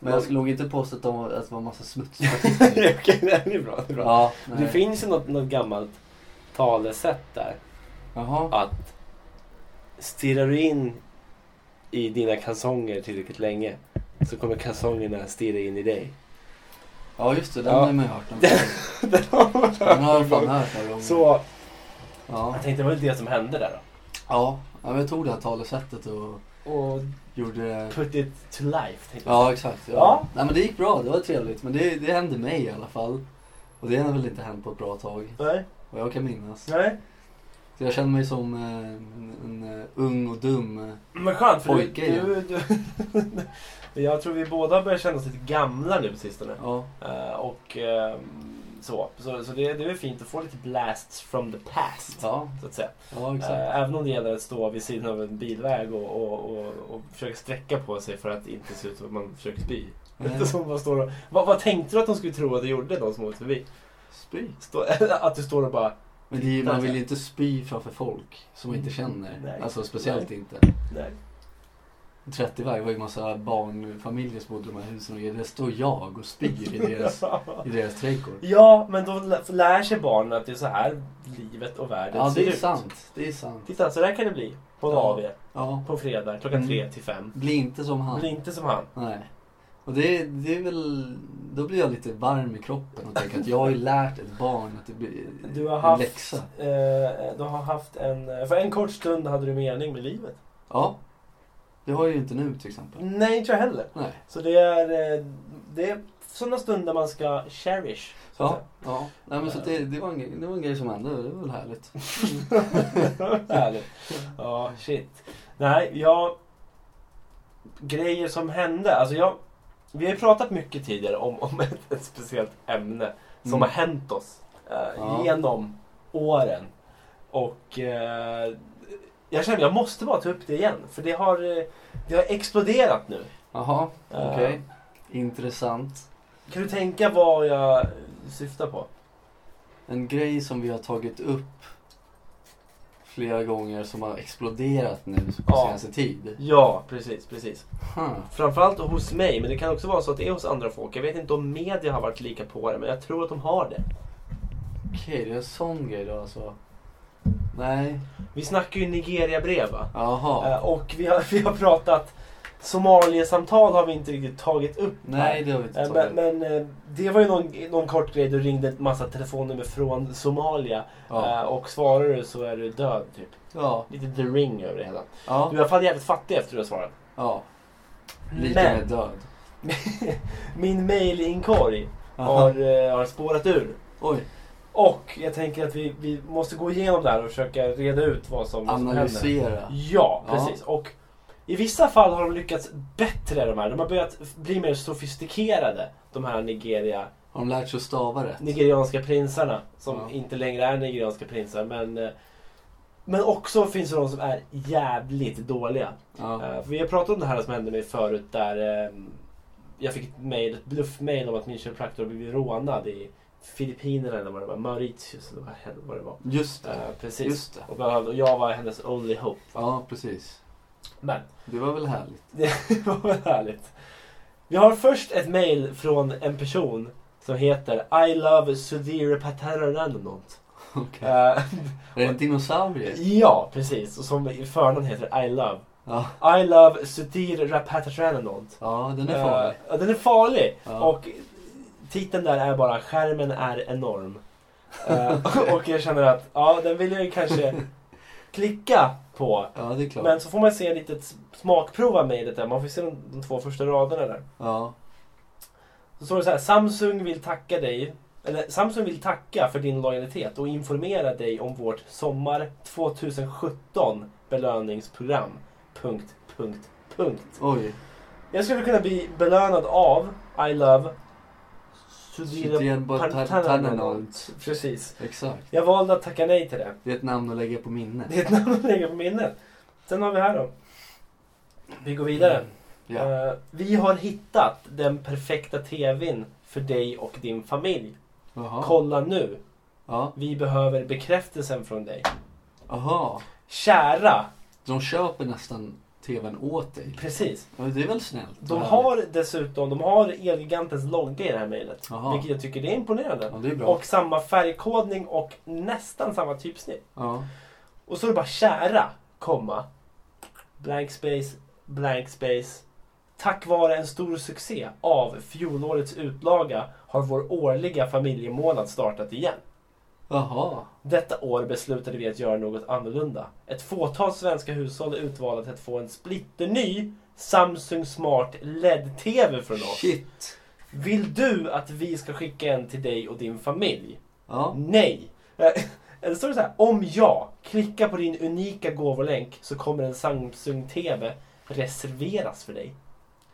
Speaker 2: Men jag
Speaker 1: Okej,
Speaker 2: skulle nog inte påstå att, de, var- att det var massa smutspartiklar.
Speaker 1: nej, det är bra. Det, är bra.
Speaker 2: ja,
Speaker 1: det
Speaker 2: nej.
Speaker 1: finns ju något, något gammalt talesätt där.
Speaker 2: Jaha.
Speaker 1: att stirrar du in i dina kalsonger tillräckligt länge så kommer kalsongerna stirra in i dig.
Speaker 2: Ja, just det, den
Speaker 1: Ja.
Speaker 2: har man ju hört. Den, den har jag fan hört några gånger.
Speaker 1: Så
Speaker 2: Ja,
Speaker 1: Jag tänkte det var ju det som hände där då.
Speaker 2: ja. ja men jag tog det här talesättet och
Speaker 1: Och
Speaker 2: gjorde det.
Speaker 1: put it to life. Tänkte jag.
Speaker 2: Ja, exakt. Ja.
Speaker 1: liksom. Ja.
Speaker 2: Nej, men det gick bra, det var trevligt. Men det, det hände mig i alla fall. Och det har väl inte hänt på ett bra tag,
Speaker 1: Nej,
Speaker 2: vad jag kan minnas.
Speaker 1: nej.
Speaker 2: Så jag känner mig som eh, en, en eh, ung och dum. eh,
Speaker 1: Men skönt för
Speaker 2: Pojke igen.
Speaker 1: du, du, du Jag tror vi båda börjar känna oss lite gamla nu på sistone.
Speaker 2: Ja,
Speaker 1: Eh, och ehm, så. Så, så det, det är väl fint att få lite blasts from the past.
Speaker 2: ja,
Speaker 1: Så att säga.
Speaker 2: ja exakt.
Speaker 1: Eh, Även om det gäller att stå vid sidan av en bilväg och, och, och, och försöka sträcka på sig för att inte se ut som att man försöker spy.
Speaker 2: Nej.
Speaker 1: Som bara står och, vad, vad tänkte du att de skulle tro att du gjorde, de som åkte förbi?
Speaker 2: Spy.
Speaker 1: Stå, att du står och bara,
Speaker 2: Men det är, ju- man vill ju inte spy framför folk som man inte känner.
Speaker 1: Mm, Nej.
Speaker 2: Alltså speciellt inte.
Speaker 1: nej.
Speaker 2: 30 väg var ju massa barnfamiljer som bodde i de här husen och där står jag och spyr i deras, i deras trädgård.
Speaker 1: Ja, men då lä- lär sig barnen att det är så här livet och världen
Speaker 2: Ja,
Speaker 1: ser
Speaker 2: det är
Speaker 1: ut.
Speaker 2: sant. Det är sant.
Speaker 1: Titta, så där kan det bli på en
Speaker 2: Ja.
Speaker 1: AW
Speaker 2: Ja,
Speaker 1: på fredag klockan
Speaker 2: Mm.
Speaker 1: tre till fem.
Speaker 2: bli inte som han.
Speaker 1: Bli inte som han.
Speaker 2: Nej. Och det, det är väl... Då blir jag lite varm i kroppen och tänker att jag har ju lärt ett barn att det blir
Speaker 1: Du har
Speaker 2: en
Speaker 1: haft,
Speaker 2: läxa.
Speaker 1: eh, du har haft en... eh, För en kort stund hade du mening med livet.
Speaker 2: Ja. Det har jag ju inte nu till exempel.
Speaker 1: Nej, inte jag heller.
Speaker 2: Nej.
Speaker 1: Så det är, eh, det är sådana stunder man ska cherish. så att
Speaker 2: Ja, ja. Nej, men så att det, det, var en, grej- det var en grej som hände. Det var väl härligt.
Speaker 1: säga. Mm. Härligt. Ja, shit. Nej, jag... Grejer som hände. Alltså jag... Vi har ju pratat mycket tidigare om, om ett, ett speciellt ämne som
Speaker 2: Mm.
Speaker 1: har hänt oss eh,
Speaker 2: Ja.
Speaker 1: genom åren. Och eh, jag känner jag måste bara ta upp det igen. För det har, eh, det har exploderat nu.
Speaker 2: Jaha,
Speaker 1: Eh,
Speaker 2: okej. Intressant.
Speaker 1: Kan du tänka vad jag syftar på?
Speaker 2: En grej som vi har tagit upp flera gånger som har exploderat nu på
Speaker 1: Ja.
Speaker 2: senaste tid.
Speaker 1: Ja, precis, precis.
Speaker 2: Huh.
Speaker 1: Framförallt hos mig, men det kan också vara så att det är hos andra folk. Jag vet inte om media har varit lika på det, men jag tror att de har det.
Speaker 2: Okej, det är en sån grej då alltså. Nej.
Speaker 1: Vi snackar ju Nigeria-brev va?
Speaker 2: Jaha.
Speaker 1: Eh, Och vi har, vi har pratat... Somaliesamtal har vi inte riktigt tagit upp
Speaker 2: Nej, det har vi inte
Speaker 1: här. Eh,
Speaker 2: tagit
Speaker 1: Men, men eh, det var ju någon, någon kort grej, du ringde en massa telefonnummer från Somalia
Speaker 2: Ja.
Speaker 1: eh, och svarar du så är du död typ.
Speaker 2: Ja.
Speaker 1: Lite the ring över det hela. Du
Speaker 2: Ja.
Speaker 1: är i alla fall jävligt fattig efter du har svarat.
Speaker 2: ja. Lika
Speaker 1: Men-
Speaker 2: med död.
Speaker 1: Min mailinkorg
Speaker 2: Aha.
Speaker 1: har, eh, har spårat ur.
Speaker 2: Oj,
Speaker 1: Och jag tänker att vi, vi måste gå igenom det här och försöka reda ut vad som, vad som händer.
Speaker 2: analysera.
Speaker 1: Ja,
Speaker 2: Ja.
Speaker 1: precis. Och i vissa fall har de lyckats bättre de här. De har börjat f- bli mer sofistikerade. De här Nigeria,
Speaker 2: Har de lärt sig att stava rätt?
Speaker 1: nigerianska prinsarna. Som
Speaker 2: Ja.
Speaker 1: inte längre är nigerianska prinsar. Men, eh, men också finns det de som är jävligt dåliga.
Speaker 2: Ja.
Speaker 1: Eh, för vi har pratat om det här som hände mig förut där eh, jag fick ett, mail, ett bluffmail om att min kiropraktor hade blivit rånad i Filippinerna eller vad det var, Mauritius eller vad hel- vad det var.
Speaker 2: Just det.
Speaker 1: Eh, precis.
Speaker 2: Just det.
Speaker 1: Och behövde- och jag var hennes only hope.
Speaker 2: Ja, precis.
Speaker 1: Men
Speaker 2: Det var väl härligt.
Speaker 1: det var härligt. Vi har först ett mail från en person som heter I love Sudhir Patananananant. Eh,
Speaker 2: Okej. Är det en dinosaurie?
Speaker 1: ja, precis. Och som i förnamn heter I love.
Speaker 2: Ja.
Speaker 1: I love Sudhir Rapatanananant.
Speaker 2: Ja, den är farlig.
Speaker 1: Eh, ja, den är farlig.
Speaker 2: Ja.
Speaker 1: Och titeln där är bara skärmen är enorm. Eh, och jag känner att ja, den vill jag ju kanske klicka på.
Speaker 2: Ja, det är klart.
Speaker 1: Men så får man se lite ett smakprov av mejlet där. Man får se de, de två första raderna där.
Speaker 2: Ja.
Speaker 1: Så står det så här. Samsung vill tacka dig. Eller Samsung vill tacka för din lojalitet och informera dig om vårt sommar 2017 belöningsprogram. Punkt, punkt, punkt.
Speaker 2: Oj.
Speaker 1: Jag skulle kunna bli belönad av I love
Speaker 2: Sudhir Batananant.
Speaker 1: Precis.
Speaker 2: Exakt.
Speaker 1: Jag valde att tacka nej till det.
Speaker 2: Det är ett namn att lägga på minnet.
Speaker 1: Det är ett namn att lägga på minnet. Sen har vi här då. Vi går vidare.
Speaker 2: Mm, Ja.
Speaker 1: Eh, vi har hittat den perfekta TVn för dig och din familj.
Speaker 2: Jaha.
Speaker 1: Kolla nu.
Speaker 2: Ja.
Speaker 1: Vi behöver bekräftelsen från dig.
Speaker 2: Aha.
Speaker 1: Kära.
Speaker 2: De köper nästan TVn åt dig.
Speaker 1: Precis.
Speaker 2: Ja, det är väl snällt?
Speaker 1: De
Speaker 2: Ja.
Speaker 1: har dessutom de har Elgigantens logga i det här mejlet.
Speaker 2: Jaha.
Speaker 1: Vilket jag tycker det är imponerande.
Speaker 2: Ja, det är bra.
Speaker 1: Och samma färgkodning och nästan samma typsnitt.
Speaker 2: Ja.
Speaker 1: Och så är det bara kära, komma, blank space, blank space. Tack vare en stor succé av fjolårets utlaga har vår årliga familjemånad startat igen.
Speaker 2: Jaha.
Speaker 1: Detta år beslutade vi att göra något annorlunda. Ett fåtal svenska hushåll är utvalda att få en splitterny Samsung Smart LED-TV från oss.
Speaker 2: Shit.
Speaker 1: Vill du att vi ska skicka en till dig och din familj?
Speaker 2: Ja.
Speaker 1: Nej! Eh, Eller står det så här, om ja, klicka på din unika gåvolänk så kommer en Samsung TV reserveras för dig.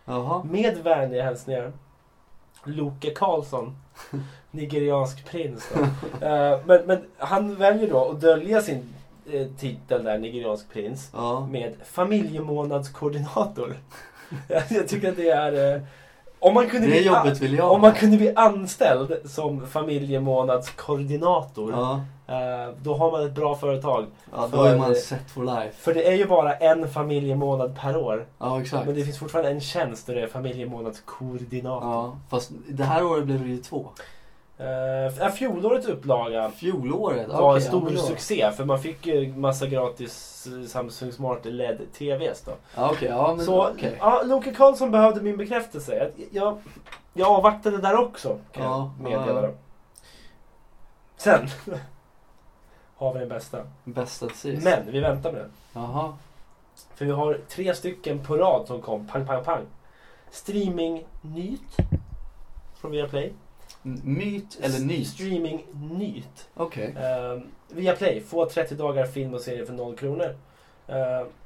Speaker 2: Jaha.
Speaker 1: Med vänliga hälsningar Loke Karlsson Nigeriansk prins då. Eh, men, men han väljer då att dölja sin eh, titel där, Nigeriansk prins
Speaker 2: Ja.
Speaker 1: med familjemånadskoordinator. jag tycker att det är... eh, Om man kunde
Speaker 2: Det
Speaker 1: bli,
Speaker 2: jobbet vill jag
Speaker 1: om man kunde bli anställd som familjemånadskoordinator
Speaker 2: Ja.
Speaker 1: eh, då har man ett bra företag.
Speaker 2: ja, då
Speaker 1: För-
Speaker 2: är man set for life.
Speaker 1: För det är ju bara en familjemånad per år.
Speaker 2: Ja, exakt.
Speaker 1: Men det finns fortfarande en tjänst där det är familjemånadskoordinator.
Speaker 2: Ja, fast det här året blev det ju två.
Speaker 1: Uh, fjolårets upplaga
Speaker 2: Fjolåret?
Speaker 1: var en
Speaker 2: okej,
Speaker 1: stor
Speaker 2: ja, men då.
Speaker 1: succé för man fick ju massa gratis eh, Samsung Smart LED TVs då.
Speaker 2: Ja, okej. ja, men
Speaker 1: Så
Speaker 2: okej.
Speaker 1: ja, Loke Karlsson behövde min bekräftelse. Jag, jag, jag avvaktade där också kan
Speaker 2: Ja,
Speaker 1: jag meddela.
Speaker 2: ja, ja.
Speaker 1: Sen har vi den bästa.
Speaker 2: Bästa precis.
Speaker 1: Men vi väntar med den.
Speaker 2: Jaha.
Speaker 1: För vi har tre stycken på rad som kom pang pang pang. Streaming Nyt från Viaplay.
Speaker 2: M- Myt eller nyst?
Speaker 1: Streaming Nyt.
Speaker 2: Okej.
Speaker 1: Uh, via Play, få 30 dagar film och serie för 0 kronor. Eh,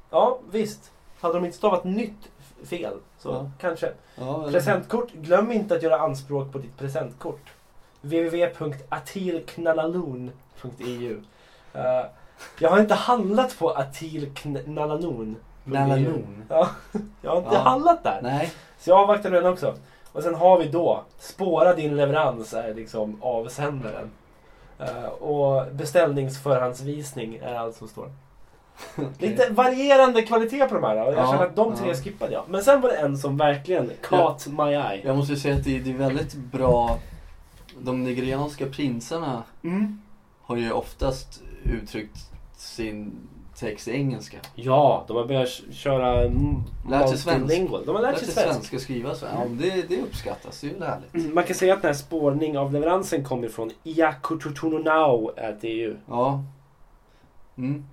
Speaker 1: ja, visst. Hade de inte stavat nytt f- fel, så
Speaker 2: Ja.
Speaker 1: kanske.
Speaker 2: Ja, eller-
Speaker 1: Presentkort, glöm inte att göra anspråk på ditt presentkort. www.atilknallaloon.eu E Eh, Jag har inte handlat på atilknallaloon.
Speaker 2: Nalanon.
Speaker 1: Ja, jag har inte
Speaker 2: Ja.
Speaker 1: handlat där.
Speaker 2: Nej.
Speaker 1: Så jag avvaktar den också. Och sen har vi då, spåra din leverans är liksom avsändaren. Eh, och beställningsförhandsvisning är allt som står.
Speaker 2: Okej.
Speaker 1: Lite varierande kvalitet på de här. och Jag
Speaker 2: Ja,
Speaker 1: känner att de tre
Speaker 2: ja.
Speaker 1: skippade jag. Men sen var det en som verkligen caught my eye.
Speaker 2: Jag måste ju säga att det, det är väldigt bra. De nigerianska prinsarna
Speaker 1: Mm.
Speaker 2: har ju oftast uttryckt sin text i engelska.
Speaker 1: Ja, de har börjat köra mm,
Speaker 2: Lärt sig svensk.
Speaker 1: multilingual. De har lärt sig svenska.
Speaker 2: svenska skriva så. Ja, men det, det uppskattas. Det är väl härligt.
Speaker 1: Man kan säga att den här spårning av leveransen kommer från Iakututununau.eu.
Speaker 2: Ja. Mm.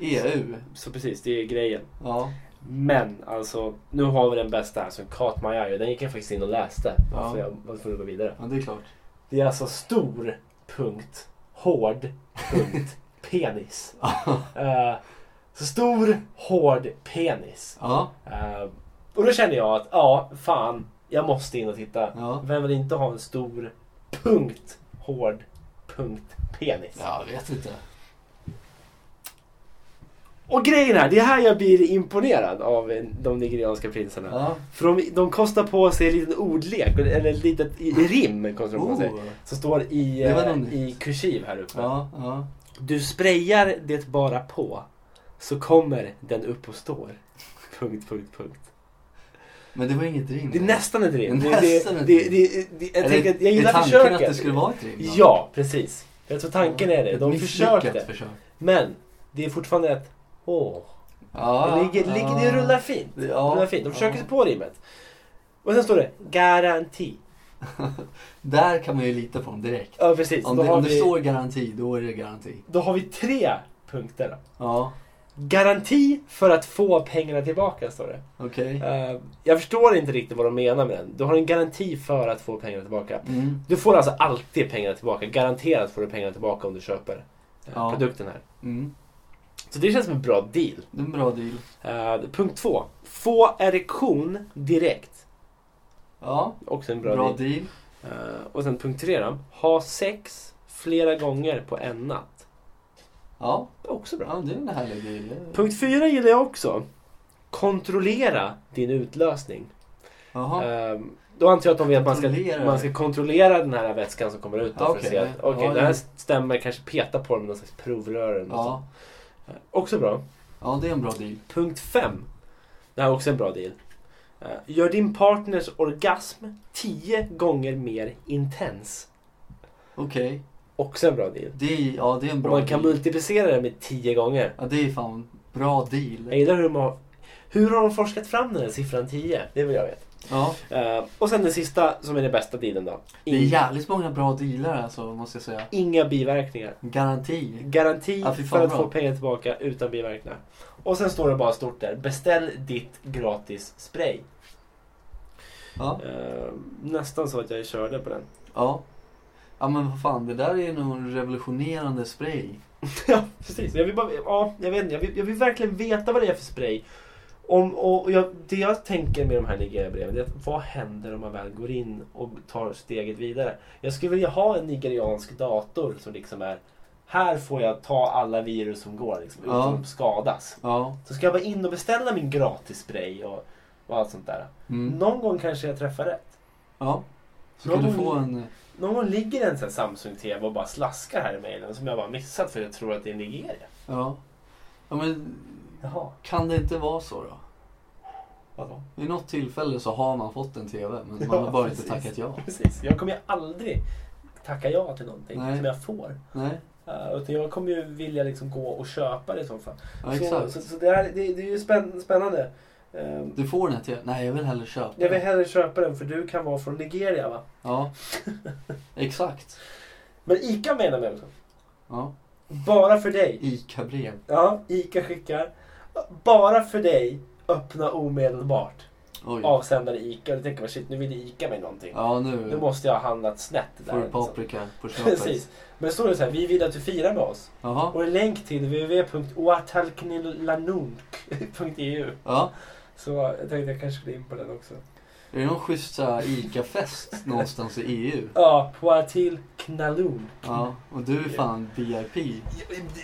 Speaker 2: EU.
Speaker 1: Så precis, det är grejen.
Speaker 2: Ja.
Speaker 1: Men alltså, nu har vi den bästa här som Caught My Eye och den gick jag faktiskt in och läste.
Speaker 2: Ja.
Speaker 1: Så jag var tvungen att gå vidare.
Speaker 2: ja, det är klart.
Speaker 1: Det är alltså stor punkt hård punkt penis. Eh, så stor hård penis.
Speaker 2: Ja.
Speaker 1: Eh, och då kände jag att ja, fan, jag måste in och titta.
Speaker 2: Ja.
Speaker 1: Vem vill inte ha en stor punkt hård punkt penis?
Speaker 2: Jag vet inte.
Speaker 1: Och grejen är, det är här jag blir imponerad av eh, de nigerianska prinsarna.
Speaker 2: Ja.
Speaker 1: För de, de kostar på sig en liten ordlek, eller ett litet i- rim kostar de på sig.
Speaker 2: Oh.
Speaker 1: Som står i,
Speaker 2: Det var
Speaker 1: eh,
Speaker 2: något
Speaker 1: i kursiv här uppe.
Speaker 2: Oh. Ja, ja.
Speaker 1: Du sprayar det bara på, så kommer den upp och står. Punkt, punkt, punkt.
Speaker 2: Men det var inget rim.
Speaker 1: Det är nästan ett rim.
Speaker 2: Det
Speaker 1: Det,
Speaker 2: är
Speaker 1: det,
Speaker 2: Mm. nästan
Speaker 1: det,
Speaker 2: ett
Speaker 1: det,
Speaker 2: rim.
Speaker 1: det, jag
Speaker 2: Eller
Speaker 1: tänker att jag
Speaker 2: är
Speaker 1: gillar
Speaker 2: tanken
Speaker 1: försöket.
Speaker 2: att det skulle vara ett rim?
Speaker 1: Ja, precis. Jag tror tanken är det.
Speaker 2: Ett
Speaker 1: De
Speaker 2: misslyckat
Speaker 1: försökte.
Speaker 2: försök.
Speaker 1: Men det är fortfarande ett åh.
Speaker 2: Ja,
Speaker 1: det, ligger, det ligger, det rullar fint.
Speaker 2: Det- Ah. ja,
Speaker 1: det rullar fint. De försöker
Speaker 2: ja.
Speaker 1: sig på rimmet. Och sen står det garanti.
Speaker 2: Där kan man ju lita på dem direkt.
Speaker 1: Ja, precis.
Speaker 2: Om
Speaker 1: Då
Speaker 2: det,
Speaker 1: har
Speaker 2: om det
Speaker 1: vi-
Speaker 2: står garanti, då är det garanti.
Speaker 1: Då har vi tre punkter. då.
Speaker 2: Ja,
Speaker 1: Garanti för att få pengarna tillbaka, står det.
Speaker 2: okej.
Speaker 1: Eh, jag förstår inte riktigt vad de menar med den. Du har en garanti för att få pengarna tillbaka.
Speaker 2: Mm.
Speaker 1: Du får alltså alltid pengarna tillbaka. Garanterat får du pengarna tillbaka om du köper eh,
Speaker 2: Ja.
Speaker 1: produkten här.
Speaker 2: Mm.
Speaker 1: Så det känns som en bra deal.
Speaker 2: Det är en bra deal.
Speaker 1: Eh, punkt två. Få erektion direkt.
Speaker 2: Ja,
Speaker 1: Också en bra,
Speaker 2: bra,
Speaker 1: deal.
Speaker 2: deal.
Speaker 1: Eh, och sen punkt tre då. Ha sex flera gånger på en natt.
Speaker 2: Ja.
Speaker 1: Också bra.
Speaker 2: ja, det är en härlig deal.
Speaker 1: Punkt fyra gillar jag också. Kontrollera din utlösning.
Speaker 2: Jaha.
Speaker 1: Ehm, då antar jag att de vet att man ska,
Speaker 2: Kontrollera.
Speaker 1: man ska kontrollera den här vätskan som kommer ut. Då
Speaker 2: Ja,
Speaker 1: för att
Speaker 2: okej.
Speaker 1: se att okej,
Speaker 2: Ja,
Speaker 1: det här
Speaker 2: ja.
Speaker 1: stämmer. Kanske peta på den med någon slags provrör. eller något
Speaker 2: Ja.
Speaker 1: sånt. Eh, Också bra.
Speaker 2: ja, det är en bra deal.
Speaker 1: Punkt 5. Det här är också en bra deal. Eh, Gör din partners orgasm 10 gånger mer intens.
Speaker 2: Okej.
Speaker 1: Också en bra deal.
Speaker 2: Det, är- ja, det är en
Speaker 1: Och
Speaker 2: bra
Speaker 1: man kan
Speaker 2: deal.
Speaker 1: multiplicera det med 10 gånger.
Speaker 2: Ja, det är fan bra deal.
Speaker 1: Jag gillar hur de har, Hur har de forskat fram den här siffran 10? Det vill jag veta.
Speaker 2: Ja.
Speaker 1: Eh, och sen den sista som är den bästa dealen då.
Speaker 2: Det är
Speaker 1: In-
Speaker 2: jävligt många bra dealar alltså, måste jag säga.
Speaker 1: inga biverkningar.
Speaker 2: Garanti.
Speaker 1: Garanti
Speaker 2: Ja, fy fan,
Speaker 1: för att
Speaker 2: bra.
Speaker 1: få pengar tillbaka utan biverkningar. Och sen står det bara stort där. Beställ ditt gratis spray.
Speaker 2: Ja.
Speaker 1: Eh, nästan så att jag körde på den.
Speaker 2: ja. Ja men vad fan, det där är nog en revolutionerande spray.
Speaker 1: ja, precis. Jag vill, bara, ja, jag, vet, inte. jag, vill, jag vill verkligen veta vad det är för spray. Om, och och jag, det jag tänker med de här Nigeria-breven det är att vad händer om man väl går in och tar steget vidare? Jag skulle vilja ha en nigeriansk dator som liksom är här får jag ta alla virus som går liksom, utan
Speaker 2: Ja.
Speaker 1: att skadas.
Speaker 2: Ja.
Speaker 1: Så ska jag bara in och beställa min gratis spray och, och allt sånt där.
Speaker 2: Mm.
Speaker 1: Någon gång kanske jag träffar rätt.
Speaker 2: Ja. Så kan
Speaker 1: Någon-
Speaker 2: du få en...
Speaker 1: Någon gång ligger en sån här Samsung-TV och bara slaskar här i mejlen som jag bara missat för jag tror att det är Nigeria.
Speaker 2: Ja. Ja men,
Speaker 1: Jaha,
Speaker 2: kan det inte vara så då?
Speaker 1: vadå?
Speaker 2: Vid något tillfälle så har man fått en TV, men man
Speaker 1: Ja,
Speaker 2: har bara
Speaker 1: precis.
Speaker 2: inte tackat ja.
Speaker 1: Precis, jag kommer ju aldrig tacka ja till någonting
Speaker 2: Nej.
Speaker 1: som jag får.
Speaker 2: Nej,
Speaker 1: Eh, utan jag kommer ju vilja liksom gå och köpa det i så fall.
Speaker 2: ja,
Speaker 1: så,
Speaker 2: exakt.
Speaker 1: så, så det, här, det, det är ju spänn, spännande. Eh,
Speaker 2: Du får den här TVn. Nej, jag vill hellre köpa
Speaker 1: jag vill
Speaker 2: den.
Speaker 1: hellre köpa den för du kan vara från Nigeria va?
Speaker 2: Ja, exakt.
Speaker 1: Men ICA menar jag också.
Speaker 2: Ja.
Speaker 1: Bara för dig.
Speaker 2: Ica-brev.
Speaker 1: Ja, ICA skickar. Bara för dig, öppna omedelbart.
Speaker 2: Oj.
Speaker 1: Avsändare ICA. Du tänker man shit, nu vill ICA mig någonting.
Speaker 2: Ja,
Speaker 1: Nu
Speaker 2: nu
Speaker 1: måste jag ha handlat snett. Där,
Speaker 2: får du
Speaker 1: liksom.
Speaker 2: paprika på
Speaker 1: Precis.
Speaker 2: köpet.
Speaker 1: Men då står det så här, vi vill att du firar med oss.
Speaker 2: Jaha.
Speaker 1: Och en länk till www.oatalknilanunk.eu
Speaker 2: Ja.
Speaker 1: E Så jag tänkte jag kanske skulle in på den också.
Speaker 2: Är det någon schysst så här Ica-fest någonstans i EU?
Speaker 1: Ja, Poatil Knalun.
Speaker 2: Ja, och du är fan VIP.
Speaker 1: Jag-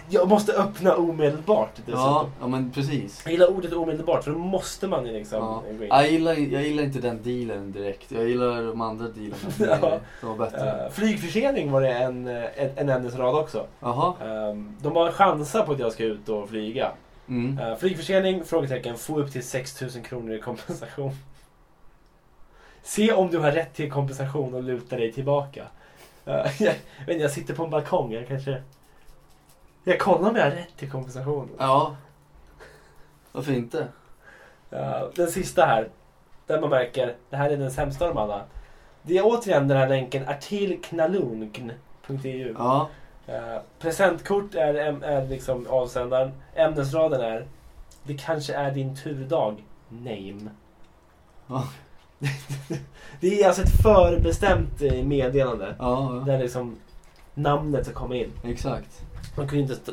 Speaker 1: Jag måste öppna omedelbart dessutom.
Speaker 2: Ja, ja men precis.
Speaker 1: Jag gillar ordet omedelbart för då måste man ju liksom
Speaker 2: Ja.
Speaker 1: gå in.
Speaker 2: Jag gillar, jag gillar inte den dealen direkt. Jag gillar de andra dealarna.
Speaker 1: Ja.
Speaker 2: De var bättre.
Speaker 1: Eh, flygförsening var det en, eh, en, en ämnesrad också.
Speaker 2: Jaha.
Speaker 1: Ehm, de har chansar på att jag ska ut och flyga.
Speaker 2: Mm.
Speaker 1: Eh, flygförsening? Frågetecken. Få upp till 6 000 kronor i kompensation. Se om du har rätt till kompensation och luta dig tillbaka. Eh, jag, vet inte, jag sitter på en balkong. Jag kanske... Jag kollar om jag har rätt till kompensation.
Speaker 2: Ja. Varför inte?
Speaker 1: Eh, den sista här. Där man märker, det här är den sämsta av dem alla. Det är återigen den här länken artilknalungn.eu.
Speaker 2: Ja.
Speaker 1: E Eh, presentkort är, äm- är liksom avsändaren. Ämnesraden är Det kanske är din turdag. Name.
Speaker 2: Ja.
Speaker 1: det är alltså ett förbestämt eh, meddelande.
Speaker 2: Ja, ja.
Speaker 1: Där liksom namnet ska komma in.
Speaker 2: exakt.
Speaker 1: Man kunde inte st-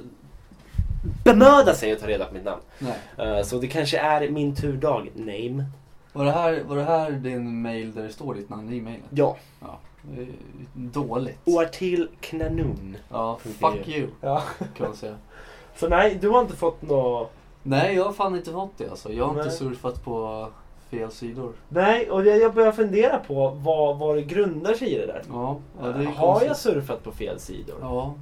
Speaker 1: bemöda sig att ta reda på mitt namn.
Speaker 2: Nej.
Speaker 1: Eh, så det kanske är min turdag. Name.
Speaker 2: Var det, här, var det här din mail där det står ditt namn i mailen?
Speaker 1: Ja.
Speaker 2: Ja. Det är Dåligt.
Speaker 1: Oartil Knanun.
Speaker 2: Ja, fuck you
Speaker 1: Ja.
Speaker 2: kan man säga.
Speaker 1: Så nej, du har inte fått något...
Speaker 2: Nej, jag har fan inte fått det alltså. Jag har inte
Speaker 1: Nej.
Speaker 2: surfat på fel sidor.
Speaker 1: Nej, och jag, jag börjar fundera på vad, vad det grundar sig i det där.
Speaker 2: Ja, ja det är
Speaker 1: har
Speaker 2: konstigt.
Speaker 1: jag surfat på fel sidor?
Speaker 2: Ja.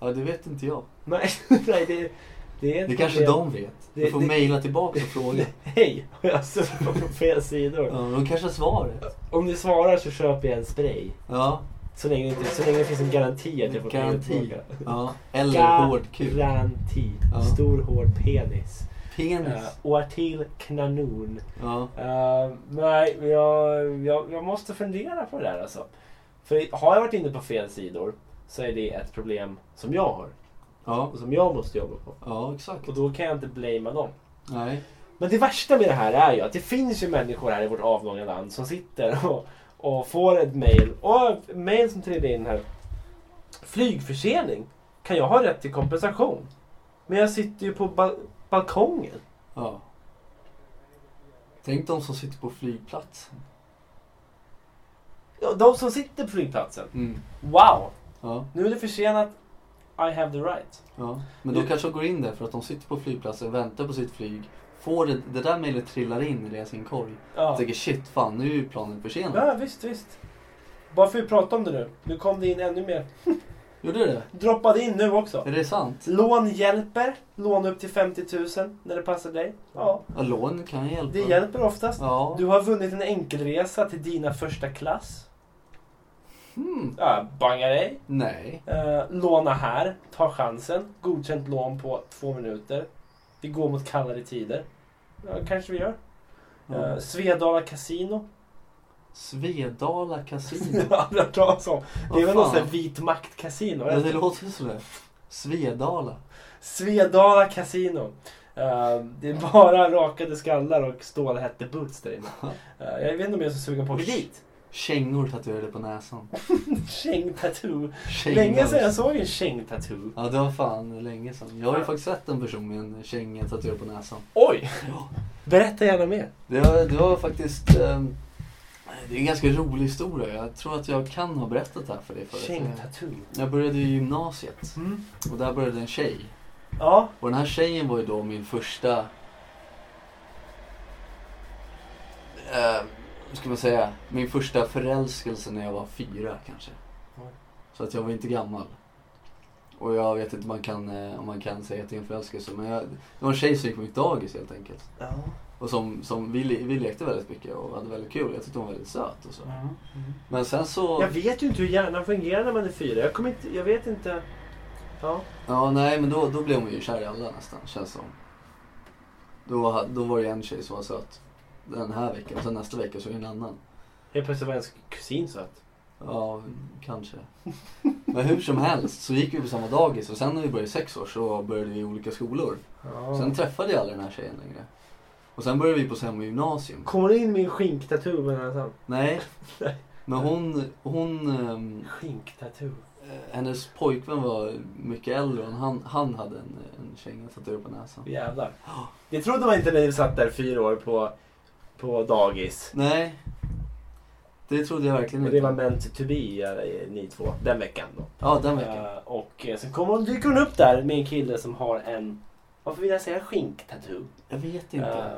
Speaker 2: Ja, det vet inte jag.
Speaker 1: Nej, nej det, det är
Speaker 2: Det
Speaker 1: ett
Speaker 2: kanske
Speaker 1: problem.
Speaker 2: de vet.
Speaker 1: Det-
Speaker 2: Du får
Speaker 1: det-
Speaker 2: mejla tillbaka och fråga.
Speaker 1: Hej, har jag surfat på fel
Speaker 2: Ja,
Speaker 1: sidor?
Speaker 2: de kanske har svaret.
Speaker 1: Om du svarar så köper jag en spray.
Speaker 2: Ja,
Speaker 1: Så länge, det inte, så länge det finns en garanti att jag får pengar
Speaker 2: garanti.
Speaker 1: tillbaka.
Speaker 2: Ja. Eller hård kuk.
Speaker 1: Garanti.
Speaker 2: Ja.
Speaker 1: Stor hård penis. Uh,
Speaker 2: Penis.
Speaker 1: Oartil knanon.
Speaker 2: Ja.
Speaker 1: Eh, nej, jag, jag, jag måste fundera på det där alltså. För har jag varit inne på fel sidor så är det ett problem som jag har.
Speaker 2: Ja.
Speaker 1: Och som jag måste jobba på.
Speaker 2: Ja, exakt.
Speaker 1: Och då kan jag inte blamea dem.
Speaker 2: Nej.
Speaker 1: Men det värsta med det här är ju att det finns ju människor här i vårt avlånga land som sitter och, och får ett mejl. Och ett mejl som trillar in här. Flygförsening. Kan jag ha rätt till kompensation? Men jag sitter ju på bal- balkongen.
Speaker 2: Ja. Tänk de som sitter på flygplatsen.
Speaker 1: Ja, De som sitter på flygplatsen.
Speaker 2: Mm.
Speaker 1: Wow!
Speaker 2: Ja,
Speaker 1: Nu är det försenat. I have the right.
Speaker 2: ja. Men då
Speaker 1: Nu-
Speaker 2: kanske de går in där för att de sitter på flygplatsen, väntar på sitt flyg. Får det, det där mejlet trillar in i deras inkorg.
Speaker 1: Ja,
Speaker 2: Jag tänker shit, fan nu är ju planet försenat.
Speaker 1: ja visst, visst. Bara för att vi pratar om det nu. Nu kom det in ännu mer.
Speaker 2: Gjorde det?
Speaker 1: Droppade in nu också.
Speaker 2: Är det sant?
Speaker 1: Lån hjälper. Lån upp till 50 000 när det passar dig. Ja,
Speaker 2: Ja, lån kan hjälpa.
Speaker 1: det hjälper oftast.
Speaker 2: Ja.
Speaker 1: Du har vunnit en enkelresa till dina första klass.
Speaker 2: Hmm.
Speaker 1: Ja, bangar dig.
Speaker 2: Nej.
Speaker 1: Eh, låna här. Ta chansen. Godkänt lån på två minuter. Vi går mot kallare tider. Ja, kanske vi gör. Eh,
Speaker 2: Ja.
Speaker 1: Svedala Casino.
Speaker 2: Svedala kasino.
Speaker 1: Jag har aldrig hört talas om. Det är
Speaker 2: Vad
Speaker 1: väl någon
Speaker 2: fan?
Speaker 1: sån här vit makt-kasino?
Speaker 2: Ja, det låter ju sådär. Svedala.
Speaker 1: Svedala Casino. Eh, det är bara rakade skallar och stålhätte boots där inne. Eh, jag vet inte om jag är så sugen på att gå dit.
Speaker 2: Kängor tatuerade på näsan.
Speaker 1: Kängtattoo.
Speaker 2: Kängor.
Speaker 1: Länge sedan jag såg en kängtattoo.
Speaker 2: Ja, det var fan länge sedan. Jag har ju faktiskt sett en person med en känga tatuerad på näsan.
Speaker 1: Oj!
Speaker 2: Ja.
Speaker 1: Berätta gärna mer.
Speaker 2: Det var, det var faktiskt... ehm, det är en ganska rolig historia. Jag tror att jag kan ha berättat det här för dig förut.
Speaker 1: Kängtattoo.
Speaker 2: Jag började i gymnasiet
Speaker 1: Mm.
Speaker 2: och där började en tjej.
Speaker 1: Ja.
Speaker 2: Och den här tjejen var ju då min första... Eh, vad ska man säga? Min första förälskelse när jag var fyra kanske.
Speaker 1: Oj.
Speaker 2: Så att jag var inte gammal. Och jag vet inte om man kan, eh, om man kan säga att det är en förälskelse. Men jag, det var en tjej som gick på mitt dagis helt enkelt.
Speaker 1: Ja.
Speaker 2: Och som, som vi, le- vi lekte väldigt mycket och hade väldigt kul. Jag tyckte hon var väldigt söt och så.
Speaker 1: Mm.
Speaker 2: Men sen så...
Speaker 1: Jag vet ju inte hur hjärnan fungerar när man är fyra. Jag, kommer inte, jag vet inte. Ja.
Speaker 2: Ja, nej men då, då blev man ju kär i alla nästan, känns som. Då, ha- då var det en tjej som var söt den här veckan, sen nästa vecka så är det en annan.
Speaker 1: Helt plötsligt var ens kusin söt.
Speaker 2: Ja, kanske. Men hur som helst så gick vi på samma dagis och sen när vi började i sex år så började vi i olika skolor.
Speaker 1: Ja.
Speaker 2: Sen träffade jag aldrig den här tjejen längre. Och sen började vi på samma gymnasium.
Speaker 1: Kommer du in med en skinktattoo på näsan?
Speaker 2: Nej.
Speaker 1: Nej.
Speaker 2: Men hon, hon, ehm, eh,
Speaker 1: Skinktattoo.
Speaker 2: hennes pojkvän var mycket äldre och han, han hade en, en känga tatuerad på näsan.
Speaker 1: Jävlar. Det trodde man inte när ni satt där fyra år på, på dagis.
Speaker 2: Nej. Det trodde jag verkligen
Speaker 1: Och
Speaker 2: inte.
Speaker 1: det var meant to be, eh, ni två, den veckan då.
Speaker 2: Ja, den veckan.
Speaker 1: Eh, och eh, sen kommer hon, dyker hon upp där med en kille som har en, varför vill jag säga skinktattoo?
Speaker 2: Jag vet inte.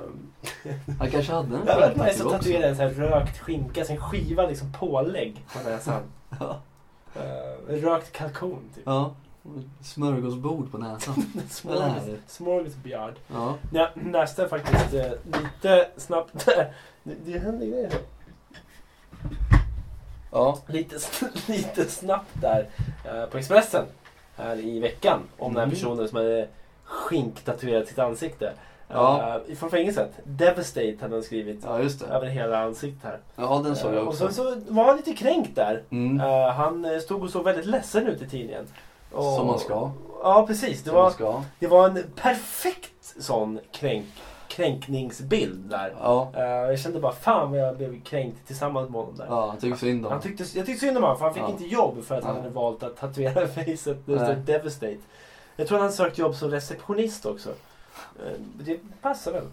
Speaker 1: Eh,
Speaker 2: Han kanske hade en
Speaker 1: Det hade varit nice
Speaker 2: skinntattoo
Speaker 1: att
Speaker 2: också.
Speaker 1: tatuera en sån här rökt skinka, så en skiva liksom pålägg på näsan.
Speaker 2: Ja.
Speaker 1: Eh, en rökt kalkon typ.
Speaker 2: Ja. Smörgåsbord på näsan.
Speaker 1: Smorgas- Smorgasbjörd.
Speaker 2: Ja.
Speaker 1: Ja, nästa är faktiskt eh, lite snabbt där. Det, det händer grejer.
Speaker 2: Ja.
Speaker 1: Lite, s- lite snabbt där eh, på Expressen här i veckan. Om den här
Speaker 2: Mm.
Speaker 1: personen som hade skinktatuerat sitt ansikte.
Speaker 2: Ja.
Speaker 1: Eh, från fängelset. Devastate hade han skrivit.
Speaker 2: Ja, just det.
Speaker 1: Över hela ansiktet här.
Speaker 2: Ja, den såg
Speaker 1: Eh,
Speaker 2: jag
Speaker 1: och sen
Speaker 2: också.
Speaker 1: så var han lite kränkt där.
Speaker 2: Mm.
Speaker 1: Eh, han eh, stod och såg väldigt ledsen ut i tidningen. Och-
Speaker 2: Som man ska.
Speaker 1: Ja, precis. Det
Speaker 2: Som man
Speaker 1: var,
Speaker 2: ska.
Speaker 1: det var en perfekt sån kränk, kränkningsbild där.
Speaker 2: Ja.
Speaker 1: Eh, jag kände bara fan vad jag blev kränkt tillsammans med honom där.
Speaker 2: Ja, han tycker synd om.
Speaker 1: Han tyckte, jag tyckte synd om honom för han fick
Speaker 2: Ja.
Speaker 1: inte jobb för att han
Speaker 2: Nej.
Speaker 1: hade valt att tatuera facet. Det
Speaker 2: Nej.
Speaker 1: står Devastate. Jag tror han sökt jobb som receptionist också. Eh, Det passar väl.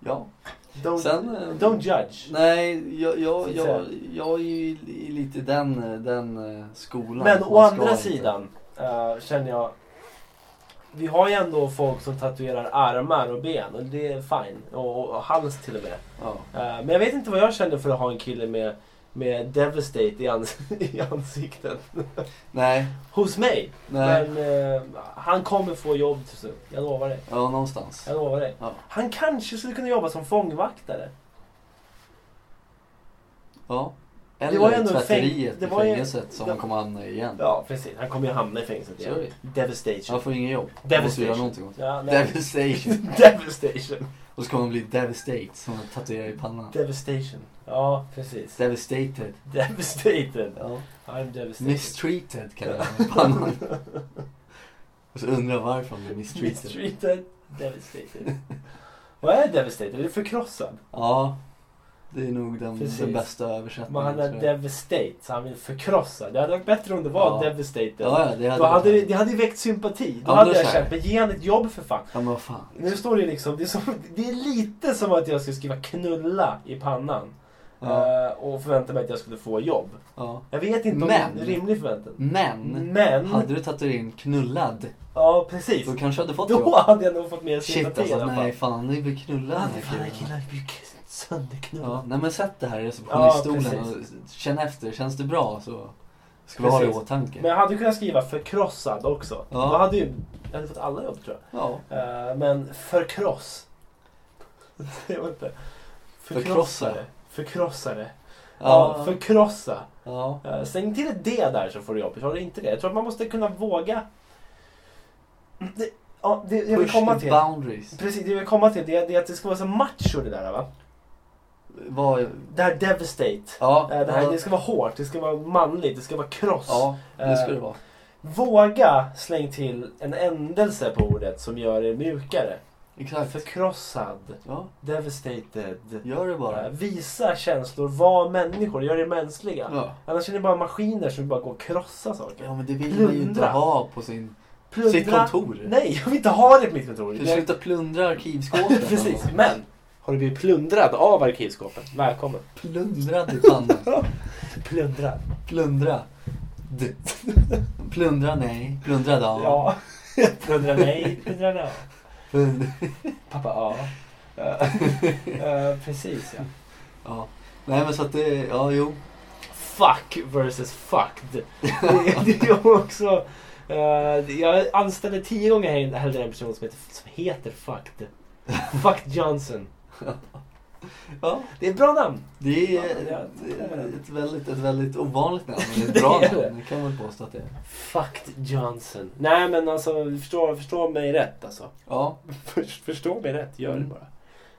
Speaker 2: Ja.
Speaker 1: Don't,
Speaker 2: Sen, eh,
Speaker 1: don't judge.
Speaker 2: Nej, jag,
Speaker 1: Så
Speaker 2: jag,
Speaker 1: att
Speaker 2: jag, jag är ju i lite den, eh, den eh, skolan.
Speaker 1: Men
Speaker 2: Man
Speaker 1: å
Speaker 2: ska
Speaker 1: andra
Speaker 2: inte.
Speaker 1: sidan eh, känner jag. Vi har ju ändå folk som tatuerar armar och ben och det är fine. Och, och, och hals till och med.
Speaker 2: Ja.
Speaker 1: Eh, men jag vet inte vad jag kände för att ha en kille med, med devastate i, ans- i ansiktet.
Speaker 2: Nej.
Speaker 1: Hos mig.
Speaker 2: Nej.
Speaker 1: Men eh, han kommer få jobb till slut. Jag lovar dig.
Speaker 2: Ja, någonstans.
Speaker 1: Jag lovar dig.
Speaker 2: Ja.
Speaker 1: Han kanske skulle kunna jobba som fångvaktare.
Speaker 2: Ja.
Speaker 1: Det var ju
Speaker 2: Eller
Speaker 1: ändå en fäng-
Speaker 2: tvätteriet
Speaker 1: det
Speaker 2: i
Speaker 1: var ju-
Speaker 2: fängelset som
Speaker 1: det-
Speaker 2: man kommer hamna i igen.
Speaker 1: Ja, precis. Han kommer ju hamna i fängelset
Speaker 2: Så är
Speaker 1: igen.
Speaker 2: det.
Speaker 1: Devastation.
Speaker 2: Man får inget jobb. Man måste göra
Speaker 1: Devastation.
Speaker 2: någonting åt det.
Speaker 1: Ja, nej.
Speaker 2: Devastation.
Speaker 1: Devastation.
Speaker 2: Och så kommer man bli devastate som man tatuerar i pannan.
Speaker 1: Devastation. Ja, precis.
Speaker 2: Devastated.
Speaker 1: Devastated.
Speaker 2: Ja.
Speaker 1: I'm devastated.
Speaker 2: Mistreated kallar jag det i pannan. Och så undrar jag varför man blir mistreated.
Speaker 1: Mistreated. Devastated. Vad är devastated? Är det förkrossad?
Speaker 2: Ja. Det är nog den,
Speaker 1: Precis.
Speaker 2: den bästa översättningen.
Speaker 1: Men han är
Speaker 2: tror jag.
Speaker 1: devastate, så han vill förkrossa. Det hade varit bättre om det var
Speaker 2: Ja.
Speaker 1: devastated.
Speaker 2: Ja, ja, det hade
Speaker 1: Då hade det,
Speaker 2: varit-
Speaker 1: det hade ju väckt sympati. Då
Speaker 2: Ja, men
Speaker 1: hade
Speaker 2: då
Speaker 1: jag
Speaker 2: så här.
Speaker 1: känt, men ge han ett jobb för fan.
Speaker 2: Ja, men vad fan.
Speaker 1: Nu står det liksom, det är, som, det är lite som att jag skulle skriva knulla i pannan.
Speaker 2: Ja.
Speaker 1: eh, Och förvänta mig att jag skulle få jobb.
Speaker 2: ja.
Speaker 1: Jag vet inte om
Speaker 2: Men-
Speaker 1: det är en rimlig förväntan.
Speaker 2: Men.
Speaker 1: Men,
Speaker 2: Hade du tatuerat in knullad,
Speaker 1: ja precis.
Speaker 2: då kanske jag hade fått
Speaker 1: Då
Speaker 2: jobb.
Speaker 1: hade jag nog fått mer
Speaker 2: Shit
Speaker 1: sympati i
Speaker 2: alltså,
Speaker 1: alla
Speaker 2: nej
Speaker 1: fall.
Speaker 2: fan, det blir knullad
Speaker 1: Fan,
Speaker 2: den här
Speaker 1: fan,
Speaker 2: killen.
Speaker 1: killar blir k-
Speaker 2: Ja,
Speaker 1: sönderknullade.
Speaker 2: nej men sätt det här i receptionsstolen
Speaker 1: Ja,
Speaker 2: och känn efter, känns det bra så ska vi ha det i
Speaker 1: Precis.
Speaker 2: åtanke.
Speaker 1: Men jag hade kunnat skriva förkrossad också.
Speaker 2: Ja.
Speaker 1: Då hade ju, jag hade fått alla jobb tror jag.
Speaker 2: Ja.
Speaker 1: Eh, men förkross. Jag vet inte. Förkrossare.
Speaker 2: Förkrossa.
Speaker 1: Förkrossare. Ja,
Speaker 2: Ja.
Speaker 1: förkrossa.
Speaker 2: ja.
Speaker 1: Uh, släng till ett D där så får du jobb. Har du inte det? Jag tror att man måste kunna våga. Det, ja, det, jag vill
Speaker 2: Push
Speaker 1: komma
Speaker 2: the
Speaker 1: till.
Speaker 2: boundaries.
Speaker 1: Precis, det jag vill komma till det är, det är att det ska vara så macho det där va.
Speaker 2: Vad...
Speaker 1: Det här devastate.
Speaker 2: Ja.
Speaker 1: Eh, Det, här,
Speaker 2: ja,
Speaker 1: det ska vara hårt, det ska vara manligt, det ska vara kross.
Speaker 2: Ja, det ska det vara.
Speaker 1: Våga släng till en ändelse på ordet som gör det mjukare.
Speaker 2: Exakt.
Speaker 1: Förkrossad,
Speaker 2: Ja,
Speaker 1: devastated.
Speaker 2: gör det bara.
Speaker 1: Eh, Visa känslor, var människor, gör det mänskliga.
Speaker 2: Ja.
Speaker 1: Annars är det bara maskiner som bara går och krossar saker.
Speaker 2: ja, men det vill man ju inte
Speaker 1: Plundra.
Speaker 2: ha på sin,
Speaker 1: Plundra.
Speaker 2: sitt kontor.
Speaker 1: Nej, jag vill inte ha det på mitt kontor.
Speaker 2: Du slutar plundra arkivskåpen.
Speaker 1: Precis, men har du blivit plundrad av arkivskåpen? Välkommen.
Speaker 2: Plundra till pannan.
Speaker 1: Plundrad.
Speaker 2: Plundra. D. Plundra nej,
Speaker 1: Ja.
Speaker 2: plundra da.
Speaker 1: plundra nej, plundra nej.
Speaker 2: Plund-
Speaker 1: Pappa, ja. Eh, eh, precis ja.
Speaker 2: Ja. Nej men så att det, ja jo.
Speaker 1: Fuck versus fucked. Det, det är ju också... eh, jag anställde tio gånger hell- hellre en person som heter, som heter fucked. Fucked Johnson.
Speaker 2: Ja,
Speaker 1: Det är ett bra namn.
Speaker 2: det är
Speaker 1: Ja,
Speaker 2: ett,
Speaker 1: det är det.
Speaker 2: ett, väldigt, ett väldigt ovanligt namn, men
Speaker 1: Det
Speaker 2: ett bra
Speaker 1: är det.
Speaker 2: namn. Det kan man påstå att det är.
Speaker 1: Fucked Johnson. Nej men alltså förstå, förstå mig rätt alltså.
Speaker 2: Ja,
Speaker 1: För- Förstå mig rätt, gör det
Speaker 2: Mm.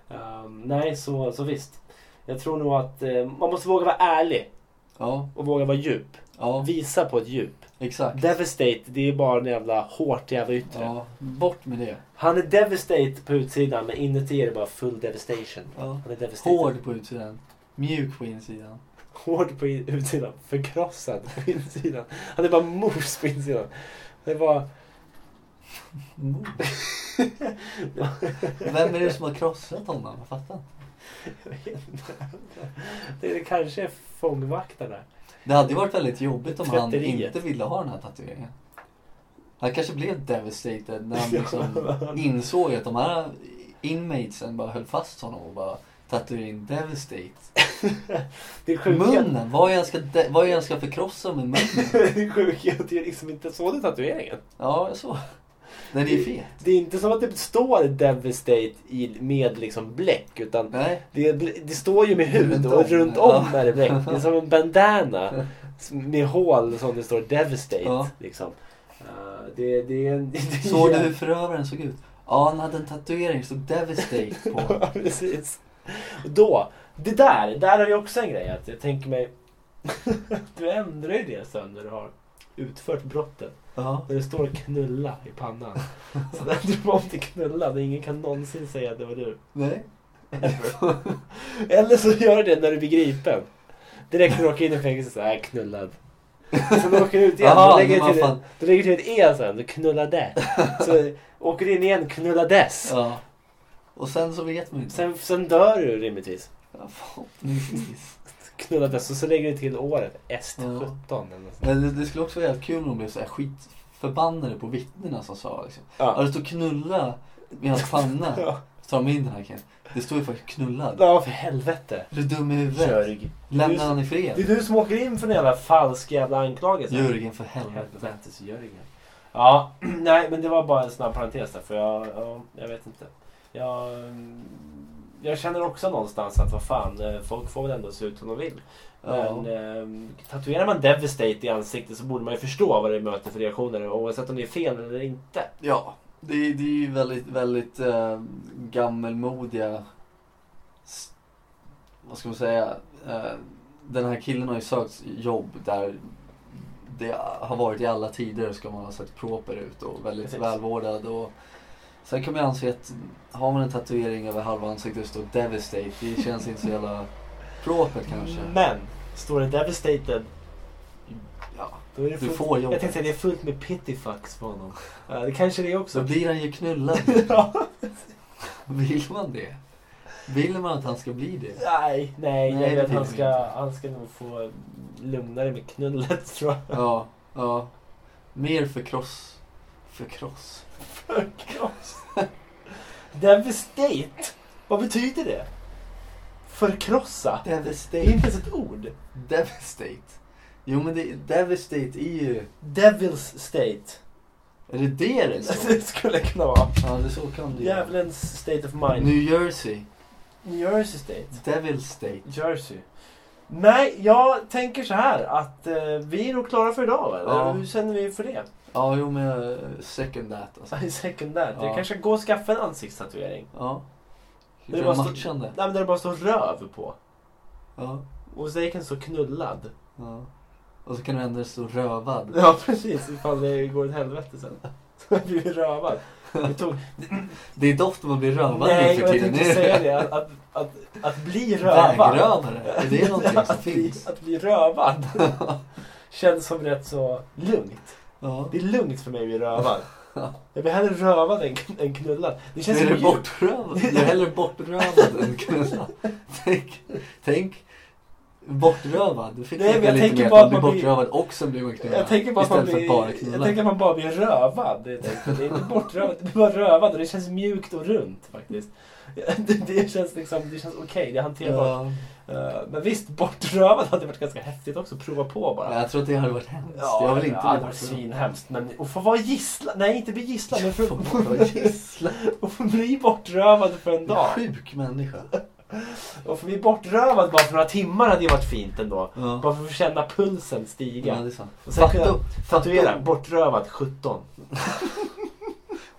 Speaker 1: bara. Ehm, nej, så, så visst. Jag tror nog att eh, man måste våga vara ärlig
Speaker 2: ja,
Speaker 1: och våga vara djup.
Speaker 2: ja,
Speaker 1: Visa på ett djup.
Speaker 2: exakt.
Speaker 1: Devastate, det är bara en jävla hårt jävla yttre.
Speaker 2: Ja, bort med det.
Speaker 1: Han är devastate på utsidan men inuti är det bara full devastation.
Speaker 2: Ja.
Speaker 1: Han är devastated.
Speaker 2: Hård på utsidan, mjuk på insidan.
Speaker 1: Hård på i- utsidan, förkrossad på insidan. Han är bara mos på insidan. Det är bara...
Speaker 2: Mot. Vem är det som har krossat honom? Jag fattar inte.
Speaker 1: Jag vet inte. Det är kanske är fångvaktarna.
Speaker 2: Det hade ju varit väldigt jobbigt om han
Speaker 1: Tvätteriet.
Speaker 2: inte ville ha den här tatueringen. Han kanske blev devastated när han liksom
Speaker 1: Ja.
Speaker 2: insåg att de här inmatesen bara höll fast honom och bara tatuerade in devastate.
Speaker 1: Det är sjuka.
Speaker 2: Munnen! Vad är jag ska, de- vad är jag ska förkrossa med munnen?
Speaker 1: det sjuka är att det är liksom inte så det är tatueringen.
Speaker 2: Ja, jag såg. Den är ju fet.
Speaker 1: Det är inte som att det står Devastate i, med liksom bläck utan
Speaker 2: Nej,
Speaker 1: det, är bl- det står ju med hud
Speaker 2: Runt
Speaker 1: och
Speaker 2: om.
Speaker 1: runt
Speaker 2: Ja.
Speaker 1: om är det bläck. Det är som en bandana som- med hål som det står Devastate.
Speaker 2: Ja.
Speaker 1: Liksom. Eh, det, det är en... Det är
Speaker 2: såg du hur förövaren såg ut? Ja, han hade en tatuering, stod devastate på.
Speaker 1: Ja, precis. Och Då, det där, där har vi också en grej att jag tänker mig att du ändrar ju det sen när du har utfört brottet.
Speaker 2: Ja,
Speaker 1: När det står knulla i pannan. Så den du var till knulla, där ingen kan någonsin säga att det var du.
Speaker 2: nej.
Speaker 1: Ever. Eller så gör du det när du blir gripen. Direkt när du åker in i fängelse så här knullad. Sen åker du ut igen,
Speaker 2: Aha,
Speaker 1: då lägger
Speaker 2: men
Speaker 1: du
Speaker 2: vad
Speaker 1: till,
Speaker 2: fan.
Speaker 1: då lägger du till ett e sen, du knullade. Så åker du in igen, knullades.
Speaker 2: Ja. Och sen så vet man ju inte.
Speaker 1: Sen, sen dör du rimligtvis.
Speaker 2: Ja, förhoppningsvis.
Speaker 1: Knullades och så lägger du till året, S17 eller något sånt.
Speaker 2: Men det, det skulle också vara jävligt kul om de blev så här skitförbannade på vittnena som sa liksom. Ja,
Speaker 1: Ja.
Speaker 2: det står knulla vid hans panna.
Speaker 1: Ja.
Speaker 2: Så tar de in den här killen. Det står ju faktiskt knullad.
Speaker 1: ja, för helvete.
Speaker 2: Är du dum i huvudet?
Speaker 1: Jörg.
Speaker 2: Lämna han i
Speaker 1: Det är
Speaker 2: fred.
Speaker 1: du som åker in för en jävla falsk jävla anklagelse.
Speaker 2: Jörgen för helvete.
Speaker 1: Helvetes Jörgen. Ja, nej men det var bara en snabb parentes där för jag, ja, jag vet inte. Jag, mm, jag känner också någonstans att vad fan, eh, folk får väl ändå se ut som de vill. Men
Speaker 2: Ja.
Speaker 1: eh, tatuerar man Devastate i ansiktet så borde man ju förstå vad det möter för reaktioner oavsett om det är fel eller inte.
Speaker 2: ja. Det, är- det är ju väldigt, väldigt eh, gammelmodiga... s- Vad ska man säga? Eh, den här killen har ju sökt jobb där det har varit i alla tider ska man ha sett proper ut och väldigt
Speaker 1: Precis.
Speaker 2: välvårdad. Och sen kan man ju anse att har man en tatuering över halva ansiktet och står devastate, det känns inte så jävla propert kanske.
Speaker 1: Men, står det Devastated
Speaker 2: Ja,
Speaker 1: då är det
Speaker 2: du
Speaker 1: fullt,
Speaker 2: får
Speaker 1: Jag tänkte
Speaker 2: jobbet.
Speaker 1: säga det är fullt med pity fucks för honom. Eh, det kanske det är
Speaker 2: Så
Speaker 1: också.
Speaker 2: blir han ju knullad.
Speaker 1: Ja.
Speaker 2: Vill man det? Vill man att han ska bli det?
Speaker 1: Nej, nej,
Speaker 2: Nej,
Speaker 1: jag
Speaker 2: det
Speaker 1: vet, han,
Speaker 2: vill vi
Speaker 1: ska,
Speaker 2: inte.
Speaker 1: han ska nog få lugna det med knullet tror jag.
Speaker 2: Ja, ja. Mer förkross. Förkross.
Speaker 1: Förkross. Devastate. Vad betyder det? Förkrossa. Det är
Speaker 2: Devastate.
Speaker 1: inte ens ett ord.
Speaker 2: Devastate. Jo men det, devastate är ju...
Speaker 1: Devil's state.
Speaker 2: Är det det det står?
Speaker 1: Det skulle kunna vara.
Speaker 2: Ja, det så kan det ju vara.
Speaker 1: Djävulens state of mind.
Speaker 2: New Jersey.
Speaker 1: New Jersey state.
Speaker 2: Devil State.
Speaker 1: Jersey. Nej, jag tänker så här att eh, vi är nog klara för idag. va? Eller
Speaker 2: Ja.
Speaker 1: Hur känner vi för det?
Speaker 2: Ja, jo men jag- second that alltså.
Speaker 1: I second that.
Speaker 2: Ja.
Speaker 1: Jag kanske ska gå och skaffa en ansiktstatuering.
Speaker 2: Ja.
Speaker 1: Det är
Speaker 2: Det
Speaker 1: bara
Speaker 2: var
Speaker 1: så-
Speaker 2: matchande.
Speaker 1: Nej, men där det bara står röv på.
Speaker 2: Ja.
Speaker 1: Och säkert så knullad.
Speaker 2: ja. Och så kan du ändå stå rövad.
Speaker 1: Ja, precis. Ifall det går åt helvete sen. Så jag blir rövad. Vi tog...
Speaker 2: Det är inte ofta man blir rövad
Speaker 1: Nej,
Speaker 2: nu för
Speaker 1: jag
Speaker 2: tiden.
Speaker 1: tänkte säga det. Att, att, att, att bli rövad.
Speaker 2: Vägrövare, är det någonting som
Speaker 1: Att bli,
Speaker 2: finns?
Speaker 1: att bli rövad känns som rätt så lugnt.
Speaker 2: Ja.
Speaker 1: Det är lugnt för mig att bli rövad. Jag blir hellre rövad än, än knullad. Det känns
Speaker 2: är
Speaker 1: som
Speaker 2: det bortrövad? Jag är hellre bortrövad än knullad. Tänk, tänk bortrövad. Du fick
Speaker 1: Nej, men
Speaker 2: inte
Speaker 1: jag
Speaker 2: lite
Speaker 1: tänker
Speaker 2: mer
Speaker 1: bara
Speaker 2: att man
Speaker 1: att
Speaker 2: blir
Speaker 1: man blir-
Speaker 2: bortrövad och sen blir man knullad.
Speaker 1: Jag tänker, bara att man
Speaker 2: istället
Speaker 1: blir,
Speaker 2: för att bara
Speaker 1: jag
Speaker 2: knulla.
Speaker 1: tänker att man bara blir rövad. Det är, tänkt. det är inte bortrövad, det är bara rövad och det känns mjukt och runt faktiskt. Det, det känns liksom, det känns okej, det är hanterbart.
Speaker 2: ja,
Speaker 1: Eh, Men visst, bortrövad hade varit ganska häftigt också, prova på bara.
Speaker 2: men jag tror att det hade varit hemskt.
Speaker 1: Ja,
Speaker 2: jag vill inte
Speaker 1: ja,
Speaker 2: bli
Speaker 1: det var
Speaker 2: bortrövad.
Speaker 1: svinhemskt. Men att få vara gisslan, nej inte bli gisslan, men för,
Speaker 2: Fan, vad gisslan.
Speaker 1: och få bli bortrövad för en
Speaker 2: Du är
Speaker 1: dag.
Speaker 2: en Sjuk människa.
Speaker 1: Och få bli bortrövad bara för några timmar hade ju varit fint ändå.
Speaker 2: Ja.
Speaker 1: Bara för att känna pulsen stiga.
Speaker 2: Ja, det är sant.
Speaker 1: Och sen kunna
Speaker 2: Fatta-
Speaker 1: tatuera
Speaker 2: fatta-
Speaker 1: bortrövad 17.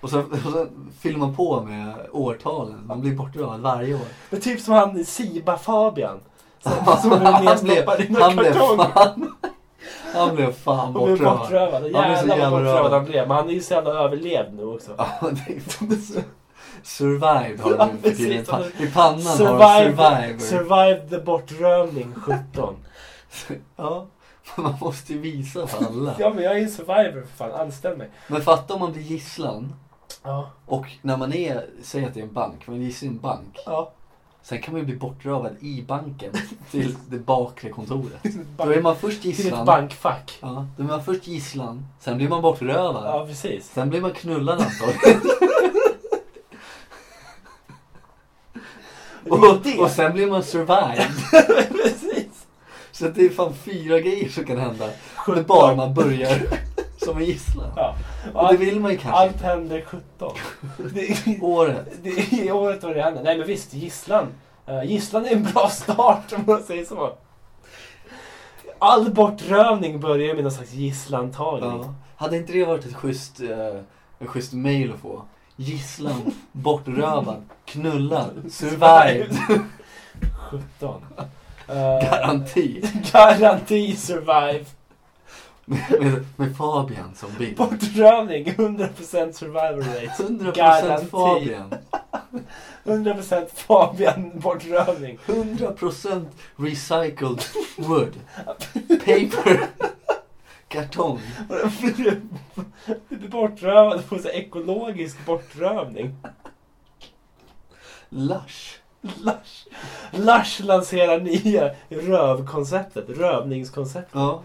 Speaker 2: Och sen, och sen fyller man på med årtalen. Man blir bortrövad varje år.
Speaker 1: Men typ som han Siba-Fabian. Som som blev nedstoppad i någon
Speaker 2: han blev
Speaker 1: kartong.
Speaker 2: fan, han blev fan
Speaker 1: Och blev
Speaker 2: bortrövad.
Speaker 1: bortrövad.
Speaker 2: Han blev så
Speaker 1: Jävlar vad
Speaker 2: jävla
Speaker 1: bortrövad
Speaker 2: rövad.
Speaker 1: han blev. Men han är ju så jävla överlevd nu också.
Speaker 2: Ja, det är fan så- Survived har du nu för tiden.
Speaker 1: Ja, precis.
Speaker 2: I pannan har du
Speaker 1: Survive,
Speaker 2: survivor.
Speaker 1: survive the bortrövning 17.
Speaker 2: ja, man måste ju visa för alla.
Speaker 1: Ja men jag är ju survivor för fan, anställ mig.
Speaker 2: Men fatta om man blir gisslan
Speaker 1: Ja.
Speaker 2: och när man är, säg att det är en bank, man gisslar i en bank.
Speaker 1: ja.
Speaker 2: Sen kan man ju bli bortrövad i banken till det bakre kontoret. Då är man först
Speaker 1: Till ett
Speaker 2: gisslan.
Speaker 1: bankfack.
Speaker 2: Ja, då är man först gisslan, sen blir man bortrövad.
Speaker 1: Ja precis.
Speaker 2: Sen blir man knullad antagligen.
Speaker 1: Det är det.
Speaker 2: och, och sen blir man survived.
Speaker 1: Precis.
Speaker 2: Så att det är fan fyra grejer som kan hända. Men bara man börjar som en gisslan.
Speaker 1: Ja. Och
Speaker 2: Och det
Speaker 1: allt,
Speaker 2: vill man ju kanske.
Speaker 1: allt händer 17. Det,
Speaker 2: Året.
Speaker 1: Det är året då det händer. Nej men visst, gisslan. Eh, Gisslan är en bra start om man säger så. All bortrövning börjar med någon slags gisslantagning.
Speaker 2: Ja. Hade inte det varit ett schysst, eh, en schysst mail att få? Gisslan, bortrövad, knullad, survived.
Speaker 1: 17. Eh,
Speaker 2: Garanti.
Speaker 1: Garanti survive.
Speaker 2: Med, med Fabian som bild.
Speaker 1: Bortrövning 100% survival rate.
Speaker 2: 100%
Speaker 1: Garanti.
Speaker 2: Fabian.
Speaker 1: 100% Fabian bortrövning.
Speaker 2: 100% recycled wood. Paper. Kartong.
Speaker 1: Du blir bortrövad på så här ekologisk bortrövning.
Speaker 2: Lush.
Speaker 1: Lush. Lush lanserar nya rövkonceptet, rövningskoncept.
Speaker 2: Ja,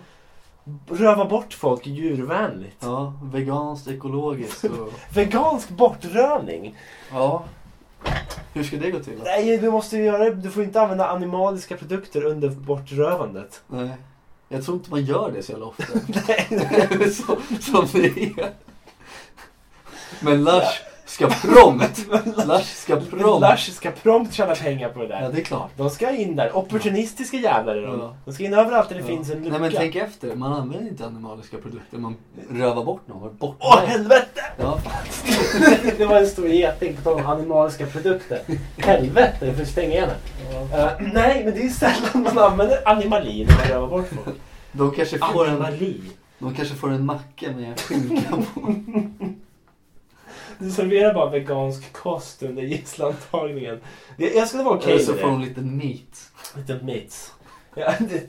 Speaker 1: Röva bort folk djurvänligt.
Speaker 2: ja veganskt, ekologiskt och...
Speaker 1: Vegansk bortrövning?
Speaker 2: Ja. Hur ska det gå till? då?
Speaker 1: Nej, du måste ju göra Du får inte använda animaliska produkter under bortrövandet.
Speaker 2: Nej. Jag tror inte man gör det så jävla ofta.
Speaker 1: Nej.
Speaker 2: så, som det är. Men Lush ska prompt. Lush ska prompt.
Speaker 1: Lush ska prompt tjäna pengar på det
Speaker 2: Ja,
Speaker 1: där.
Speaker 2: det är klart.
Speaker 1: De ska in där. Opportunistiska jävlar är de.
Speaker 2: Ja.
Speaker 1: De ska in överallt där det
Speaker 2: Ja.
Speaker 1: finns en lucka.
Speaker 2: Nej men tänk efter, man använder inte animaliska produkter, man rövar bort någon. Bort
Speaker 1: Åh helvete!
Speaker 2: ja.
Speaker 1: det var en stor geting på tal om animaliska produkter. Helvete, du får stänga igen den. Eh, nej, men det är sällan man använder animali när man rövar bort folk.
Speaker 2: De kanske
Speaker 1: Ah,
Speaker 2: får en
Speaker 1: Animali.
Speaker 2: De kanske får en macka med skinka på.
Speaker 1: Du serverar bara vegansk kost under gisslantagningen. Det, jag skulle vara okej
Speaker 2: Eller så
Speaker 1: med
Speaker 2: får
Speaker 1: det.
Speaker 2: de lite meat.
Speaker 1: Lite mitts. Ja, det,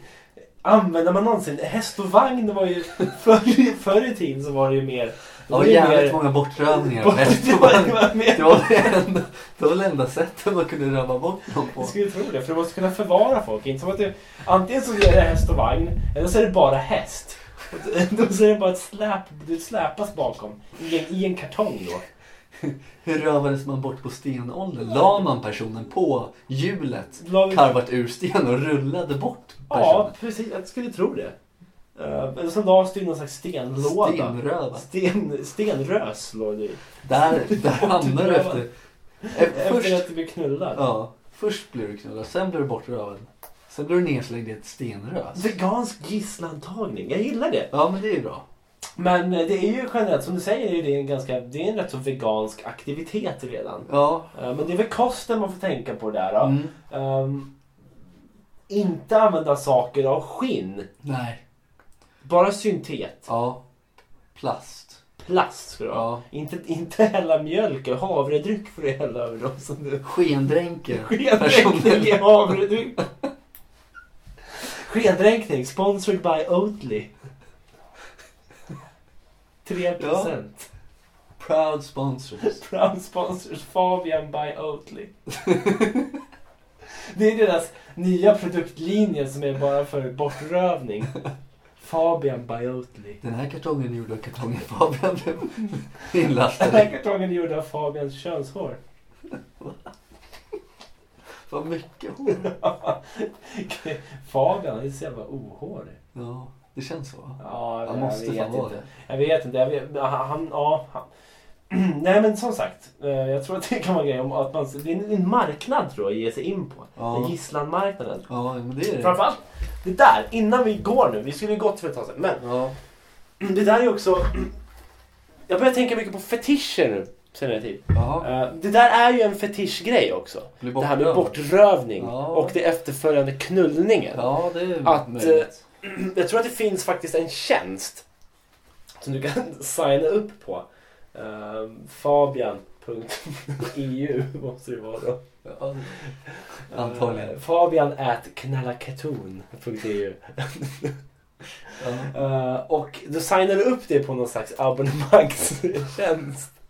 Speaker 1: använder man någonsin? Häst och vagn var ju... Förr, förr i tiden så var det ju mer...
Speaker 2: Det var
Speaker 1: ju
Speaker 2: jävligt
Speaker 1: mer-
Speaker 2: många bortrövningar.
Speaker 1: Bort- det var- det var mer-
Speaker 2: Det var det enda, det var det enda sättet man kunde röva bort någon på.
Speaker 1: Jag skulle tro det, för du måste kunna förvara folk. Inte som att du, antingen så är det häst och vagn, eller så är det bara häst. Och Då så är det bara ett släp, du släpas bakom i en, i en kartong då.
Speaker 2: Hur rövades man bort på stenåldern? La man personen på hjulet,
Speaker 1: La vi-
Speaker 2: karvat ur sten och rullade bort
Speaker 1: Ja,
Speaker 2: personen?
Speaker 1: precis. Jag skulle tro det. Eh, Eller så lades du i någon slags stenlåda.
Speaker 2: Stenrövat.
Speaker 1: Sten, stenrös låg du i.
Speaker 2: Där, där hamnar du efter... e-
Speaker 1: Efter
Speaker 2: Först,
Speaker 1: att du blev knullad.
Speaker 2: ja, först blir du knullad, sen blir du bortrövad. Sen blir du nedslängd i ett stenrös.
Speaker 1: Vegansk gisslantagning, jag gillar det.
Speaker 2: Ja, men det är ju bra.
Speaker 1: Men eh, det är ju generellt, som du säger, är det, en ganska, det är en rätt så vegansk aktivitet redan.
Speaker 2: Ja.
Speaker 1: Eh, Men det är väl kosten man får tänka på där då.
Speaker 2: Mm.
Speaker 1: Ehm, inte använda saker av skinn.
Speaker 2: Nej.
Speaker 1: Bara syntet.
Speaker 2: Ja. Plast.
Speaker 1: Plast ska det vara.
Speaker 2: Ja.
Speaker 1: Inte, inte hälla mjölk och havredryck får du hälla över dem som du...
Speaker 2: Skendränker.
Speaker 1: Skendränkning i havredryck. Skendränkning, sponsored by Oatly. 3%
Speaker 2: Proud sponsors.
Speaker 1: Proud sponsors Fabian by Oatly. Det är deras nya produktlinje som är bara för bortrövning. Fabian by Oatly.
Speaker 2: Den här kartongen är gjord av kartongen Fabian blev inlastad
Speaker 1: Den här
Speaker 2: i.
Speaker 1: kartongen är gjord av Fabians könshår.
Speaker 2: Vad mycket hår.
Speaker 1: Fabian, han är så jävla ohårig.
Speaker 2: Ja, det känns så. va?
Speaker 1: Ja,
Speaker 2: Han måste
Speaker 1: jag
Speaker 2: fan
Speaker 1: vet
Speaker 2: vara
Speaker 1: inte.
Speaker 2: det.
Speaker 1: Jag vet inte. Jag vet, han, han, ja, han. Nej men som sagt, eh, jag tror att det kan vara en grej om att man, det är en- en marknad tror jag att ge sig in på.
Speaker 2: Ja.
Speaker 1: Den gisslanmarknaden.
Speaker 2: Ja, men det är det.
Speaker 1: Framförallt det där, innan vi går nu. Vi skulle ju gått för ett tag sedan. Men
Speaker 2: Ja.
Speaker 1: det där är också... Jag börjar tänka mycket på fetischer nu senare tid.
Speaker 2: Jaha.
Speaker 1: Eh, Det där är ju en fetischgrej också.
Speaker 2: Blir
Speaker 1: Det här med
Speaker 2: bortglömd.
Speaker 1: bortrövning
Speaker 2: Ja.
Speaker 1: och det efterföljande knullningen.
Speaker 2: Ja, det är
Speaker 1: Att, eh,
Speaker 2: möjligt.
Speaker 1: Jag tror att det finns faktiskt en tjänst som du kan signa upp på. Eh, Fabian.eu E måste det vara då.
Speaker 2: Ja, Antagligen.
Speaker 1: Eh, Fabian at E knallakaton.eu
Speaker 2: ja.
Speaker 1: Eh, och då signar du upp det på någon slags abonnemangstjänst.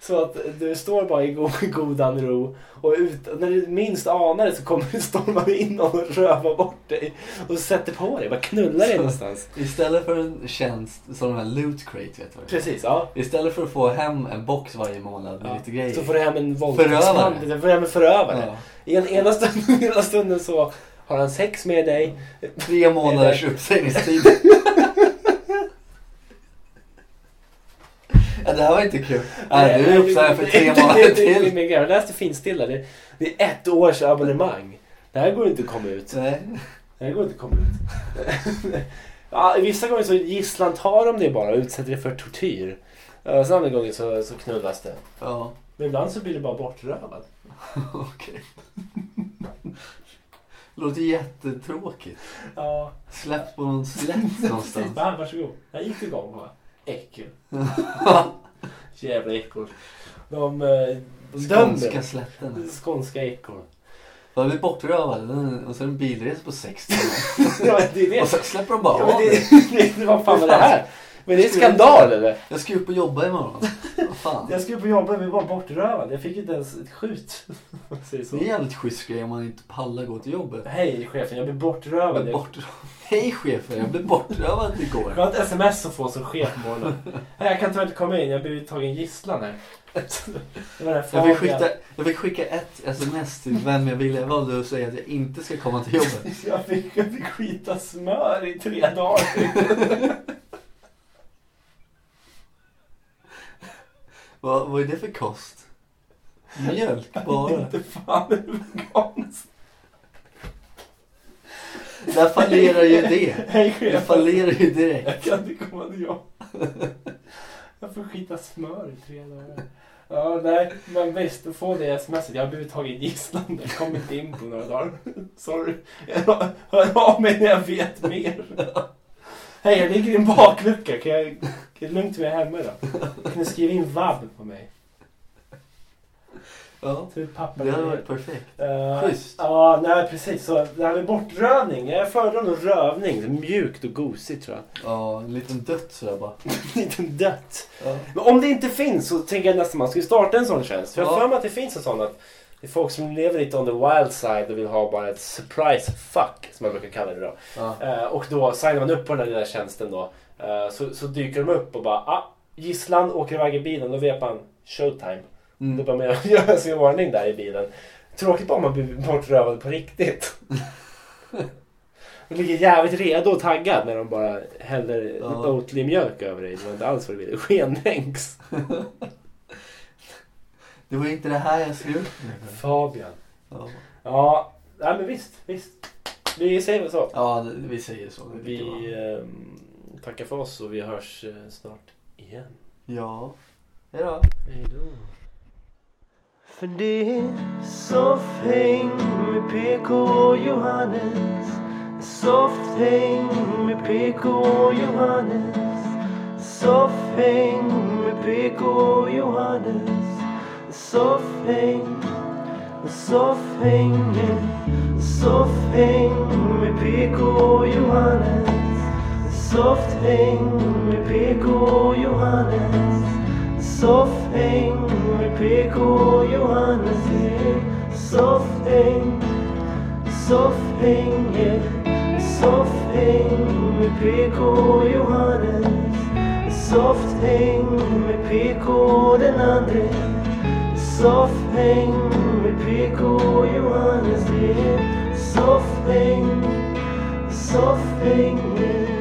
Speaker 1: Så att du står bara i go- godan ro och ut, när du minst anar det så kommer det storma in någon och röva bort dig. Och sätter på dig, bara knullar dig
Speaker 2: Så.
Speaker 1: någonstans.
Speaker 2: Istället för en tjänst som de här Loot Crate, vet du vad det är?
Speaker 1: Precis, ja.
Speaker 2: Istället för att få hem en box varje månad med
Speaker 1: Ja.
Speaker 2: lite grejer.
Speaker 1: Så får du hem en
Speaker 2: Förövare.
Speaker 1: våldtäktsman. Du får hem en förövare.
Speaker 2: ja.
Speaker 1: I en, ena, stunden, ena stunden så har han sex med dig.
Speaker 2: Tre månaders uppsägningstid. ja, det här var inte kul. Nej, du är uppsagd för tre månader till.
Speaker 1: till. Jag läste finstilla. Det, det är ett års abonnemang. Det här går inte att komma ut.
Speaker 2: Nej.
Speaker 1: Det här går inte att komma ut. ja, vissa gånger så gisslan tar de det bara och utsätter det för tortyr. Eh, Sen andra gången så, så knullas det.
Speaker 2: Ja,
Speaker 1: Men ibland så blir det bara bortrövad.
Speaker 2: okej. Låter jättetråkigt.
Speaker 1: Ja,
Speaker 2: Släpp på någon slätt
Speaker 1: precis.
Speaker 2: någonstans.
Speaker 1: Bara, varsågod. Jag gick igång va. Äckel. Jävla äckor. De eh, dömer.
Speaker 2: Skånska slätten.
Speaker 1: Skånska äckor.
Speaker 2: De blir bortrövade och sen en bilresa på 60
Speaker 1: Ja, men det är det.
Speaker 2: Och sen släpper de bara
Speaker 1: Ja, men
Speaker 2: av
Speaker 1: det,
Speaker 2: det.
Speaker 1: det, det, vad fan var det här? Men det är skandal eller?
Speaker 2: Jag ska upp och jobba imorgon. Vad fan.
Speaker 1: Jag skulle på jobbet men var bortrövad. Jag fick inte ens ett skjut. Om man säger
Speaker 2: Det
Speaker 1: så.
Speaker 2: är en jävligt schysst grej om man inte pallar gå till jobbet.
Speaker 1: Hej chefen, jag blev
Speaker 2: Jag
Speaker 1: bortrövad.
Speaker 2: blev
Speaker 1: Jag
Speaker 2: bort... Hej chefen, jag blev bortrövad
Speaker 1: jag
Speaker 2: igår.
Speaker 1: har ett sms att få som chef på morgonen. Nej, jag kan tyvärr inte komma in. Jag har blivit tagen gisslan här. Det var den här
Speaker 2: Jag fick,
Speaker 1: Fabian.
Speaker 2: skicka, jag fick skicka ett sms till vem jag ville. Jag valde att säga att jag inte ska komma till jobbet.
Speaker 1: Jag fick, jag fick skita smör i tre dagar.
Speaker 2: Vad, vad är det för kost? Mjölk bara.
Speaker 1: Inte fan är det veganskt.
Speaker 2: Där fallerar ju det.
Speaker 1: Hej
Speaker 2: Det
Speaker 1: chefen.
Speaker 2: fallerar ju direkt.
Speaker 1: Jag kan inte komma till jobbet. Jag får skita smör i tre dagar. Ja, nej, men visst, du får det smset. Jag har blivit tagen gisslan. Jag kom inte in på några dagar. Sorry. Jag hör av mig när jag vet mer. Hej, jag ligger i en baklucka. Kan jag... Är det lugnt om jag är hemma idag? Kan du skriva in vab på mig?
Speaker 2: Ja,
Speaker 1: Ta ut papper.
Speaker 2: det hade varit perfekt.
Speaker 1: Eh,
Speaker 2: Schysst.
Speaker 1: Ja, nej precis. Så det här med bortrövning. Jag föredrar nog rövning. Det är mjukt och gosigt tror jag.
Speaker 2: Ja, en liten dött sådär bara.
Speaker 1: Lite dött.
Speaker 2: Ja.
Speaker 1: Men om det inte finns så tänker jag nästan man ska ju starta en sån tjänst. För jag har
Speaker 2: Ja.
Speaker 1: för mig att det finns en sån att det är folk som lever lite on the wild side och vill ha bara ett surprise fuck som man brukar kalla det då.
Speaker 2: Ja.
Speaker 1: Eh, och då signar man upp på den här lilla tjänsten då. Eh, så, så dyker de upp och bara ah, gisslan åker iväg i bilen. Då vet man showtime. Då
Speaker 2: Mm.
Speaker 1: bör man göra- göra sin varning där i bilen. Tråkigt bara om man blir bortrövad på riktigt. De ligger jävligt redo och taggad när de bara häller
Speaker 2: Ja.
Speaker 1: Oatly-mjölk över dig. Det var inte alls vad du ville. Skendränks.
Speaker 2: Det var inte det här jag skrev upp med.
Speaker 1: Fabian.
Speaker 2: Ja.
Speaker 1: Ja, Nej men visst, visst. Vi säger väl så.
Speaker 2: Ja, det- vi säger så. Det är
Speaker 1: Vi
Speaker 2: lika bra.
Speaker 1: ehm, tackar för oss och vi hörs eh, snart igen.
Speaker 2: Ja. Hej då.
Speaker 1: Hej då.
Speaker 3: För det är soffhäng med PK och Johannes Soffhäng med PK och Johannes Soffhäng med PK och Johannes Soffhäng, soffhäng Soffhäng med PK och Johannes Soffhäng med PK och Johannes Soffhäng med PK och Johannes yeah. Soffhäng, soffhäng yeah. Soffhäng med PK och Johannes Soffhäng med PK och den andre Soffhäng med PK och Johannes yeah. Soffhäng, soffhäng yeah.